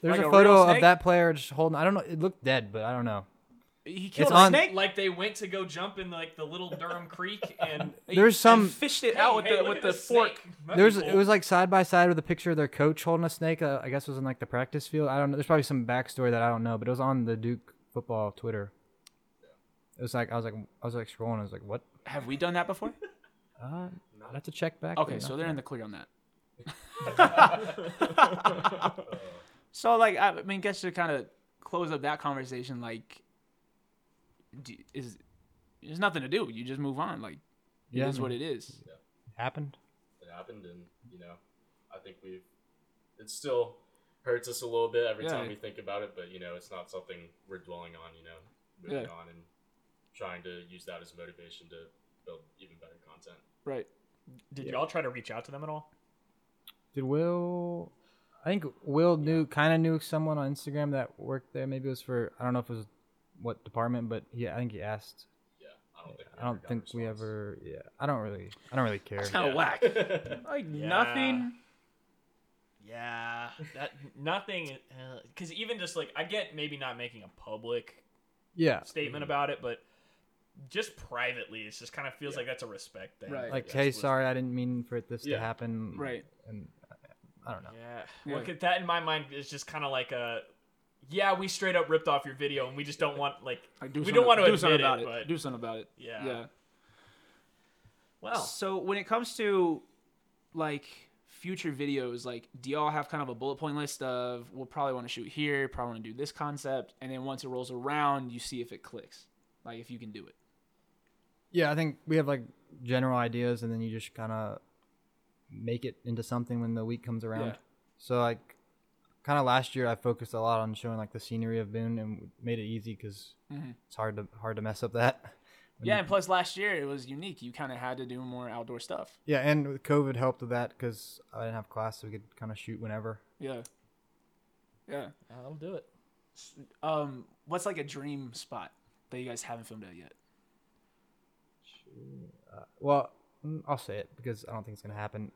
Speaker 4: There's
Speaker 2: Like a real
Speaker 4: a photo of
Speaker 2: snake?
Speaker 4: that player just holding. I don't know. It looked dead, but I don't know.
Speaker 2: he killed
Speaker 4: It's
Speaker 2: a
Speaker 4: on-
Speaker 2: snake.
Speaker 3: Like they went to go jump in like the little Durham Creek [laughs] and
Speaker 4: There's some
Speaker 2: and fished it out with
Speaker 3: Hey,
Speaker 2: the
Speaker 3: look
Speaker 2: with
Speaker 3: at
Speaker 2: the
Speaker 3: this
Speaker 2: fork.
Speaker 3: snake. That'd
Speaker 4: There was
Speaker 3: be
Speaker 4: it
Speaker 3: cool.
Speaker 4: was like side by side with a picture of their coach holding a snake. Uh, I guess it was in like the practice field. I don't know. There's probably some backstory that I don't know, but it was on the Duke football Twitter. It was like I was like I was like scrolling. I was like, what?
Speaker 2: Have we done that
Speaker 4: [laughs]
Speaker 2: before?
Speaker 4: Uh, I'd have to check back.
Speaker 2: Okay,
Speaker 4: but
Speaker 2: so
Speaker 4: no.
Speaker 2: they're in the clear on that.
Speaker 5: [laughs]
Speaker 2: [laughs] so, like, I I mean, guess to kind of close up that conversation, like, do, is there's nothing to do. You just move on. Like, it is
Speaker 4: Yeah, I
Speaker 2: what
Speaker 4: mean-
Speaker 2: it is.
Speaker 4: It happened.
Speaker 5: it happened and you know i think we've it still hurts us a little bit every
Speaker 2: Yeah.
Speaker 5: time we think about it but you know it's not something we're dwelling on you know moving
Speaker 2: Yeah.
Speaker 5: on and trying to use that as motivation to build even better content
Speaker 2: Right.
Speaker 3: Did y'all try to reach out to them at all?
Speaker 4: Did Will? I think Will knew kind of knew someone on Instagram that worked there. Maybe it was for I don't know if it was what department, but yeah, I think he asked.
Speaker 5: Yeah, I don't think.
Speaker 4: I don't think we ever. Yeah, I don't really. I don't really care.
Speaker 2: Kind of Oh,
Speaker 5: [laughs]
Speaker 2: whack.
Speaker 5: ever.
Speaker 2: Like
Speaker 3: Yeah.
Speaker 2: nothing.
Speaker 3: Yeah, that nothing. Because even just like I get maybe not making a public
Speaker 4: Yeah,
Speaker 3: statement about it, but just privately, it just kind of feels like that's a respect thing.
Speaker 2: Right.
Speaker 4: like
Speaker 5: Yeah,
Speaker 4: hey,
Speaker 5: it's-
Speaker 4: sorry, I didn't mean for this
Speaker 5: Yeah.
Speaker 4: to happen.
Speaker 2: Right.
Speaker 4: And I don't know.
Speaker 3: Yeah.
Speaker 2: Yeah.
Speaker 3: Look at that in my mind is just kind of like a, yeah, we straight up ripped off your video and we just don't want like
Speaker 2: Like,
Speaker 3: we
Speaker 2: something-
Speaker 3: don't want to
Speaker 2: do
Speaker 3: admit
Speaker 2: something
Speaker 3: it,
Speaker 2: about
Speaker 3: but
Speaker 2: do something about it.
Speaker 3: Yeah.
Speaker 2: Yeah.
Speaker 3: [laughs] well,
Speaker 2: So when it comes to like future videos, like do y'all have kind of a bullet point list of we'll probably want to shoot here, probably want to do this concept, and then once it rolls around, you see if it clicks, like if you can do it.
Speaker 4: Yeah, I think we have like general ideas, and then you just kind of make it into something when the week comes around.
Speaker 2: Yeah.
Speaker 4: So like, kind of last year, I focused a lot on showing like the scenery of Boone, and made it easy because
Speaker 2: Mm-hmm.
Speaker 4: it's hard to hard to mess up that. [laughs]
Speaker 2: Yeah, and plus last year it was unique. You kind of had to do more outdoor stuff.
Speaker 4: Yeah, and with COVID helped with that because I didn't have class, so we could kind of shoot whenever.
Speaker 2: Yeah. Yeah.
Speaker 3: I'll do it.
Speaker 2: Um, what's like a dream spot that you guys haven't filmed out yet?
Speaker 4: Well, mm, I'll say it because I don't think it's gonna happen.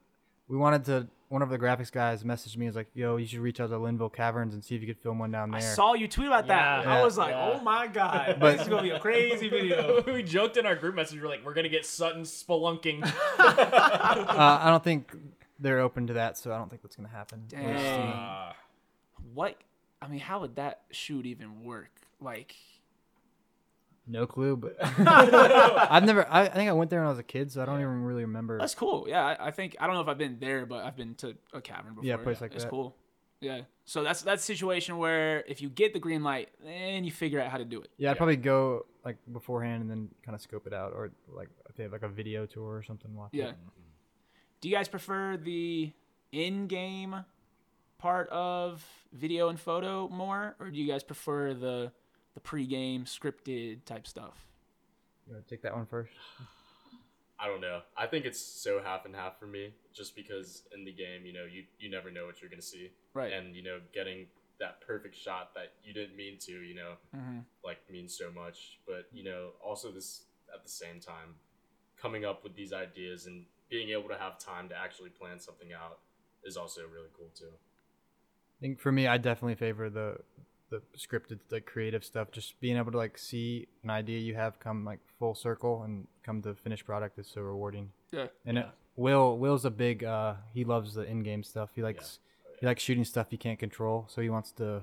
Speaker 4: We wanted to. One of the graphics guys messaged me. He's like, "Yo, you should reach out to Linville Caverns and see if you could film one down there."
Speaker 2: I saw you tweet about that.
Speaker 3: Yeah.
Speaker 2: I
Speaker 4: Yeah.
Speaker 2: was like,
Speaker 3: Yeah.
Speaker 2: oh my god,
Speaker 4: [laughs] But-
Speaker 2: this is gonna be a crazy
Speaker 3: [laughs]
Speaker 2: video.
Speaker 3: we joked in our group message. We're like, we're gonna get Sutton spelunking.
Speaker 4: uh, I don't think they're open to that, so I don't think that's gonna happen. We'll just see.
Speaker 2: Dang. Uh, What? I mean, how would that shoot even work? Like,
Speaker 4: No
Speaker 2: [laughs]
Speaker 4: clue, but [laughs] I've never. I, I think I went there when I was a kid, so I don't even really remember.
Speaker 2: that's cool. Yeah, I, I think I don't know if I've been there, but I've been to a cavern before.
Speaker 4: Yeah, place like
Speaker 2: it's
Speaker 4: that.
Speaker 2: cool. Yeah. So that's that's a situation where if you get the green light, then you figure out how to do it.
Speaker 4: Yeah, I'd probably go like beforehand and then kind of scope it out, or like if they have like a video tour or something. Watch it.
Speaker 2: Yeah. Do you guys prefer the in-game part of video and photo more, or do you guys prefer the the pre-game scripted type stuff?
Speaker 4: You wanna take that one first.
Speaker 5: I don't know. I think it's so half and half for me, just because in the game, you know, you you never know what you're gonna see,
Speaker 2: Right.
Speaker 5: and you know, getting that perfect shot that you didn't mean to, you know,
Speaker 2: Mhm.
Speaker 5: like means so much. But you know, also this at the same time, coming up with these ideas and being able to have time to actually plan something out is also really cool too.
Speaker 4: I think for me, I definitely favor the the scripted, the creative stuff. Just being able to like see an idea you have come like full circle and come to finished product is so rewarding.
Speaker 2: Yeah.
Speaker 4: And it, Will Will's a big. Uh, he loves the in-game stuff. He likes he likes shooting stuff you can't control, so he wants to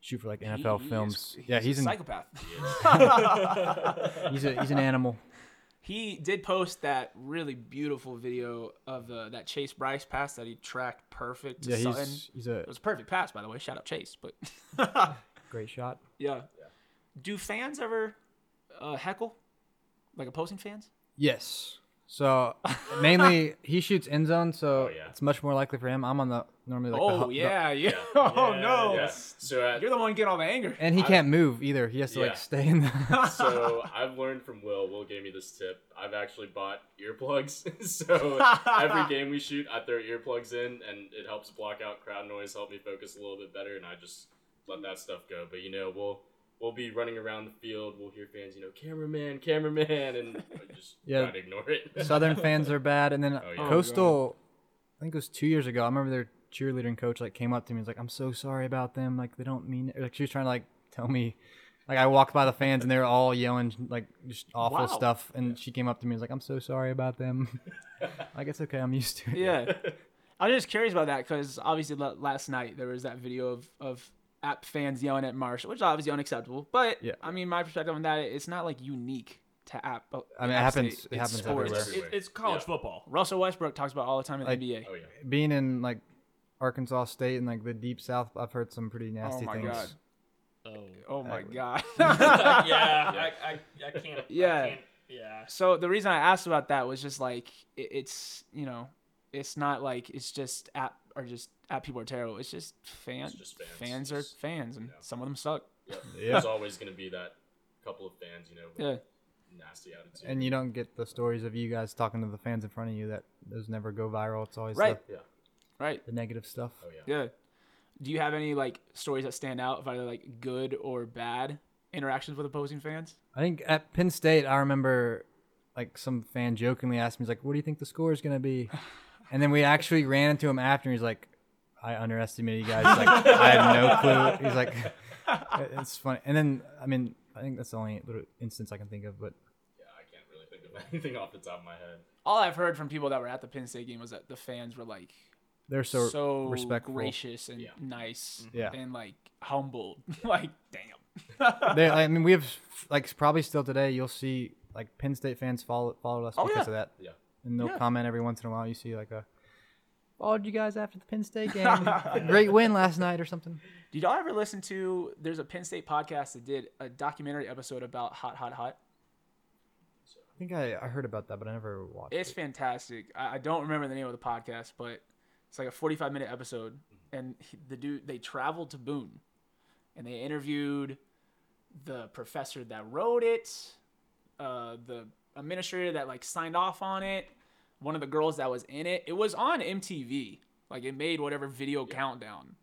Speaker 4: shoot for like
Speaker 2: He-
Speaker 4: NFL
Speaker 2: he is-
Speaker 4: films. yeah, he's
Speaker 2: a
Speaker 4: an,
Speaker 2: psychopath.
Speaker 4: he's a he's an animal.
Speaker 2: [laughs] he did post that really beautiful video of uh, that Chase Bryce pass that he tracked perfect to
Speaker 4: Yeah,
Speaker 2: Sutton.
Speaker 4: he's he's a
Speaker 2: It was a perfect pass, by the way. Shout out Chase, but [laughs]
Speaker 4: great shot.
Speaker 2: yeah. Do fans ever uh, heckle, like opposing fans?
Speaker 4: Yes.
Speaker 2: [laughs]
Speaker 4: So mainly he shoots end zone, so
Speaker 5: Oh, yeah.
Speaker 4: it's much more likely for him. I'm on the normally like the hu-
Speaker 2: oh
Speaker 4: the,
Speaker 2: yeah, yeah. [laughs] Oh
Speaker 3: Yeah,
Speaker 2: no,
Speaker 5: Yeah. So at,
Speaker 2: you're the one getting all the anger.
Speaker 4: And he can't move either. He has to
Speaker 5: Yeah.
Speaker 4: like stay in the. [laughs]
Speaker 5: so I've learned from Will. Will gave me this tip. I've actually bought earplugs. [laughs] so every game we shoot, I throw earplugs in, and it helps block out crowd noise, help me focus a little bit better, and I just let that stuff go. But you know, we'll we'll be running around the field. We'll hear fans, you know, cameraman, cameraman, and I just
Speaker 4: Yeah.
Speaker 5: try to ignore it.
Speaker 4: Southern fans are bad, and then
Speaker 5: yeah. Oh,
Speaker 4: Coastal. I think it was two years ago. I remember their cheerleader and coach like came up to me and was like, "I'm so sorry about them. Like they don't mean it." Like she was trying to like tell me. Like I walked by the fans and they were all yelling like just awful
Speaker 2: Wow.
Speaker 4: stuff, and she came up to me and was like, "I'm so sorry about them." like it's okay, I'm used to it.
Speaker 2: Yeah. [laughs] I was just curious about that because obviously la- last night there was that video of, of app fans yelling at Marshall, which is obviously unacceptable. But
Speaker 4: Yeah.
Speaker 2: I mean, my perspective on that, it's not like unique to app.
Speaker 4: I mean, it
Speaker 2: App
Speaker 4: happens.
Speaker 2: State.
Speaker 4: It happens
Speaker 2: sports.
Speaker 4: everywhere.
Speaker 5: It's- Everywhere.
Speaker 3: it's college
Speaker 5: Yeah.
Speaker 3: football.
Speaker 2: Russell Westbrook talks about it all the time in
Speaker 4: Like-
Speaker 2: the NBA.
Speaker 5: [laughs] Oh yeah.
Speaker 4: Being in like Arkansas State and like the Deep South, I've heard some pretty nasty
Speaker 2: my
Speaker 4: things.
Speaker 2: God.
Speaker 3: Oh.
Speaker 2: Oh my
Speaker 4: Exactly.
Speaker 2: god.
Speaker 3: [laughs]
Speaker 2: [laughs]
Speaker 3: yeah, I, I, I can't.
Speaker 2: Yeah.
Speaker 3: I can't, yeah.
Speaker 2: so the reason I asked about that was just like it, it's you know it's not like it's just app or just app people are terrible. It's just fans.
Speaker 5: It's just fans.
Speaker 2: fans. are
Speaker 5: It's-
Speaker 2: fans, and some of them suck.
Speaker 5: There's always gonna be that couple of fans, you know.
Speaker 2: Yeah.
Speaker 5: nasty attitude.
Speaker 4: And you don't get the stories of you guys talking to the fans in front of you that those never go viral. It's always
Speaker 2: Right.
Speaker 4: the,
Speaker 5: yeah.
Speaker 2: Right.
Speaker 4: the negative stuff.
Speaker 5: Oh yeah.
Speaker 2: Yeah. Do you have any like stories that stand out of either like good or bad interactions with opposing fans?
Speaker 4: I think at Penn State, I remember like some fan jokingly asked me, he's like, what do you think the score is going
Speaker 2: [laughs]
Speaker 4: to be? And then we actually ran into him after, and he's like, I underestimated you guys. He's like, I have no clue. He's like, [laughs] it's funny. And then, I mean, I think that's the only little instance I can think of, but
Speaker 5: Yeah, I can't really think of [laughs] anything off the top of my head.
Speaker 2: All I've heard from people that were at the Penn State game was that the fans were like
Speaker 4: they're so,
Speaker 2: so,
Speaker 4: respectful.
Speaker 2: gracious and
Speaker 5: Yeah.
Speaker 2: nice
Speaker 4: Yeah.
Speaker 2: and like humbled. [laughs] like damn.
Speaker 4: They, I mean, we have like probably still today. You'll see like Penn State fans follow followed us
Speaker 2: Oh,
Speaker 4: because
Speaker 2: yeah.
Speaker 4: of that.
Speaker 5: Yeah.
Speaker 4: and they'll
Speaker 2: Yeah.
Speaker 4: comment every once in a while. You see like a followed you guys after the Penn [laughs] State game. Great win last night or something.
Speaker 2: Did y'all ever listen to there's a Penn State podcast that did a documentary episode about Hot Hot Hot?
Speaker 4: I think I, I heard about that, but I never watched.
Speaker 2: It's
Speaker 4: it.
Speaker 2: fantastic. I, I don't remember the name of the podcast, but it's like a 45 minute episode.
Speaker 5: Mm-hmm.
Speaker 2: And he, the dude, they traveled to Boone and they interviewed the professor that wrote it, uh, the administrator that like signed off on it, one of the girls that was in it. It was on MTV. Like it made whatever video countdown.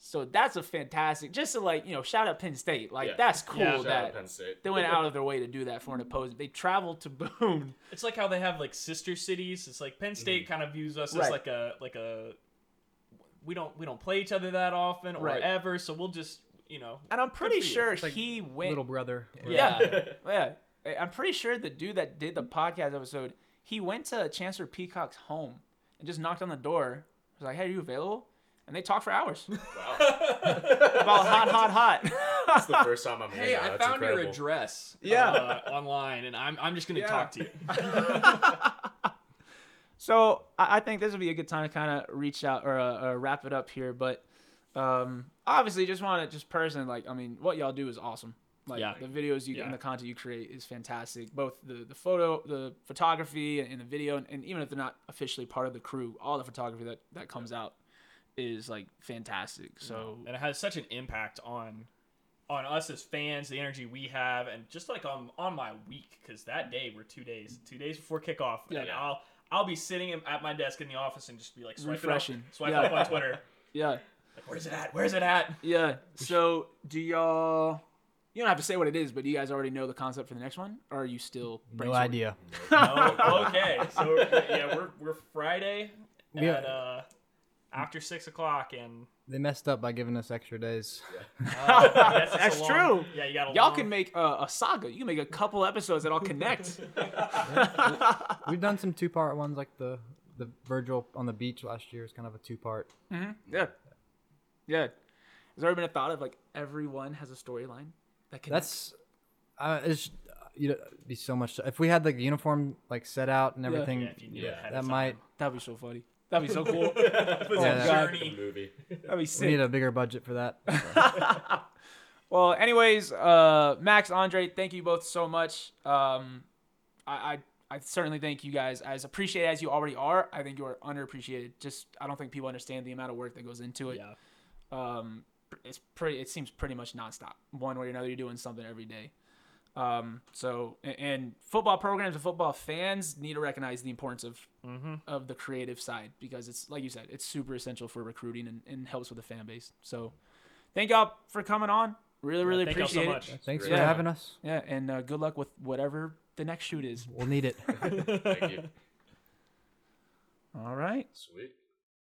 Speaker 2: So that's a fantastic, just to like, you know, shout out Penn State. Like
Speaker 5: Yeah.
Speaker 2: that's cool
Speaker 3: Yeah, shout out
Speaker 5: Shout out
Speaker 2: that
Speaker 5: Penn
Speaker 2: [laughs]
Speaker 5: State.
Speaker 2: they went out of their way to do that for an opposing. They traveled to [laughs] Boone.
Speaker 3: It's like how they have like sister cities. It's like Penn State kind of views us as
Speaker 2: Mm-hmm. Right.
Speaker 3: like a like a we don't we don't play each other that often or
Speaker 2: Right.
Speaker 3: ever, so we'll just you know.
Speaker 2: And I'm pretty
Speaker 3: for you.
Speaker 2: sure
Speaker 4: It's like
Speaker 2: he went.
Speaker 4: little brother.
Speaker 2: yeah, [laughs] yeah.
Speaker 4: [laughs]
Speaker 2: I- I'm pretty sure the dude that did the podcast episode, he went to Chancellor Peacock's home and just knocked on the door. Was like, "Hey, are you available?" And they talked for hours
Speaker 5: Wow.
Speaker 2: about hot, hot, hot.
Speaker 5: That's the first time I'm
Speaker 3: Hey,
Speaker 5: hearing that.
Speaker 3: I
Speaker 5: That's
Speaker 3: found
Speaker 5: incredible.
Speaker 3: your address.
Speaker 2: Yeah.
Speaker 3: uh, online, and I'm I'm just gonna
Speaker 2: Yeah.
Speaker 3: talk to you.
Speaker 2: So I I think this would be a good time to kind of reach out or uh, uh, wrap it up here. But um, obviously, just want to just personally like I mean, what y'all do is awesome. Like
Speaker 3: Yeah.
Speaker 2: the videos you
Speaker 3: Yeah.
Speaker 2: and the content you create is fantastic. Both the the photo, the photography, and, the video, and, and even if they're not officially part of the crew, all the photography that that comes out is like fantastic. So
Speaker 3: and it has such an impact on on us as fans, the energy we have, and just like on on my week because that day we're two days two days before kickoff,
Speaker 2: Yeah.
Speaker 3: and I'll I'll be sitting in- at my desk in the office and just be like swiping
Speaker 2: Refreshing.
Speaker 3: up, swiping
Speaker 2: Yeah.
Speaker 3: up on Twitter.
Speaker 2: yeah,
Speaker 3: Like, Where's it at? Where's it at?
Speaker 2: yeah. So do y'all? You don't have to say what it is, but do you guys already know the concept for the next one? Or are you still
Speaker 4: No
Speaker 2: brainstorming?
Speaker 4: idea.
Speaker 3: No, okay. So yeah, we're we're Friday
Speaker 4: We
Speaker 3: at
Speaker 4: have-
Speaker 3: uh, after six o'clock, and
Speaker 4: They messed up by giving us extra days.
Speaker 3: uh, that's, just
Speaker 2: [laughs]
Speaker 3: a
Speaker 2: That's
Speaker 3: long-
Speaker 2: true.
Speaker 3: Yeah, you got a
Speaker 2: Y'all
Speaker 3: long-
Speaker 2: can make a, a saga. You can make a couple episodes that all connect.
Speaker 4: We've done some two part ones like the the Virgil on the beach last year is kind of a two part.
Speaker 2: yeah. Yeah. Has there ever been a thought of like everyone has a storyline that can
Speaker 4: That's uh, it's you know it'd be so much. If we had like uniform like set out and everything,
Speaker 3: Yeah, if you knew
Speaker 5: Yeah.
Speaker 3: it ahead
Speaker 4: that
Speaker 3: of time.
Speaker 4: might
Speaker 2: that'd be so funny. That'd be so cool.
Speaker 3: It's a
Speaker 4: [laughs] Yeah.
Speaker 5: The
Speaker 3: journey.
Speaker 5: movie.
Speaker 2: That'd be
Speaker 4: we need
Speaker 2: sick.
Speaker 4: a bigger budget
Speaker 3: [laughs]
Speaker 4: for that.
Speaker 2: Well, anyways, uh Max, Andre, thank you both so much. Um I, I I certainly think you guys as appreciated as you already are. I think you are underappreciated. Just I don't think people understand the amount of work that goes into it.
Speaker 3: Yeah.
Speaker 2: um, it's pretty. It seems pretty much nonstop, one way or another. You're doing something every day. Um, so a- and football programs and football fans need to recognize the importance of of the creative side because it's like you said, it's super essential for recruiting and, and helps with the fan base. So thank y'all for coming on. Really, really
Speaker 3: Thank y'all so
Speaker 2: appreciate it.
Speaker 3: much.
Speaker 4: Thanks for
Speaker 5: Yeah.
Speaker 4: having us.
Speaker 2: Yeah, and uh, good luck with whatever the next shoot is.
Speaker 4: We'll need it.
Speaker 5: Thank you.
Speaker 2: All right.
Speaker 5: Sweet.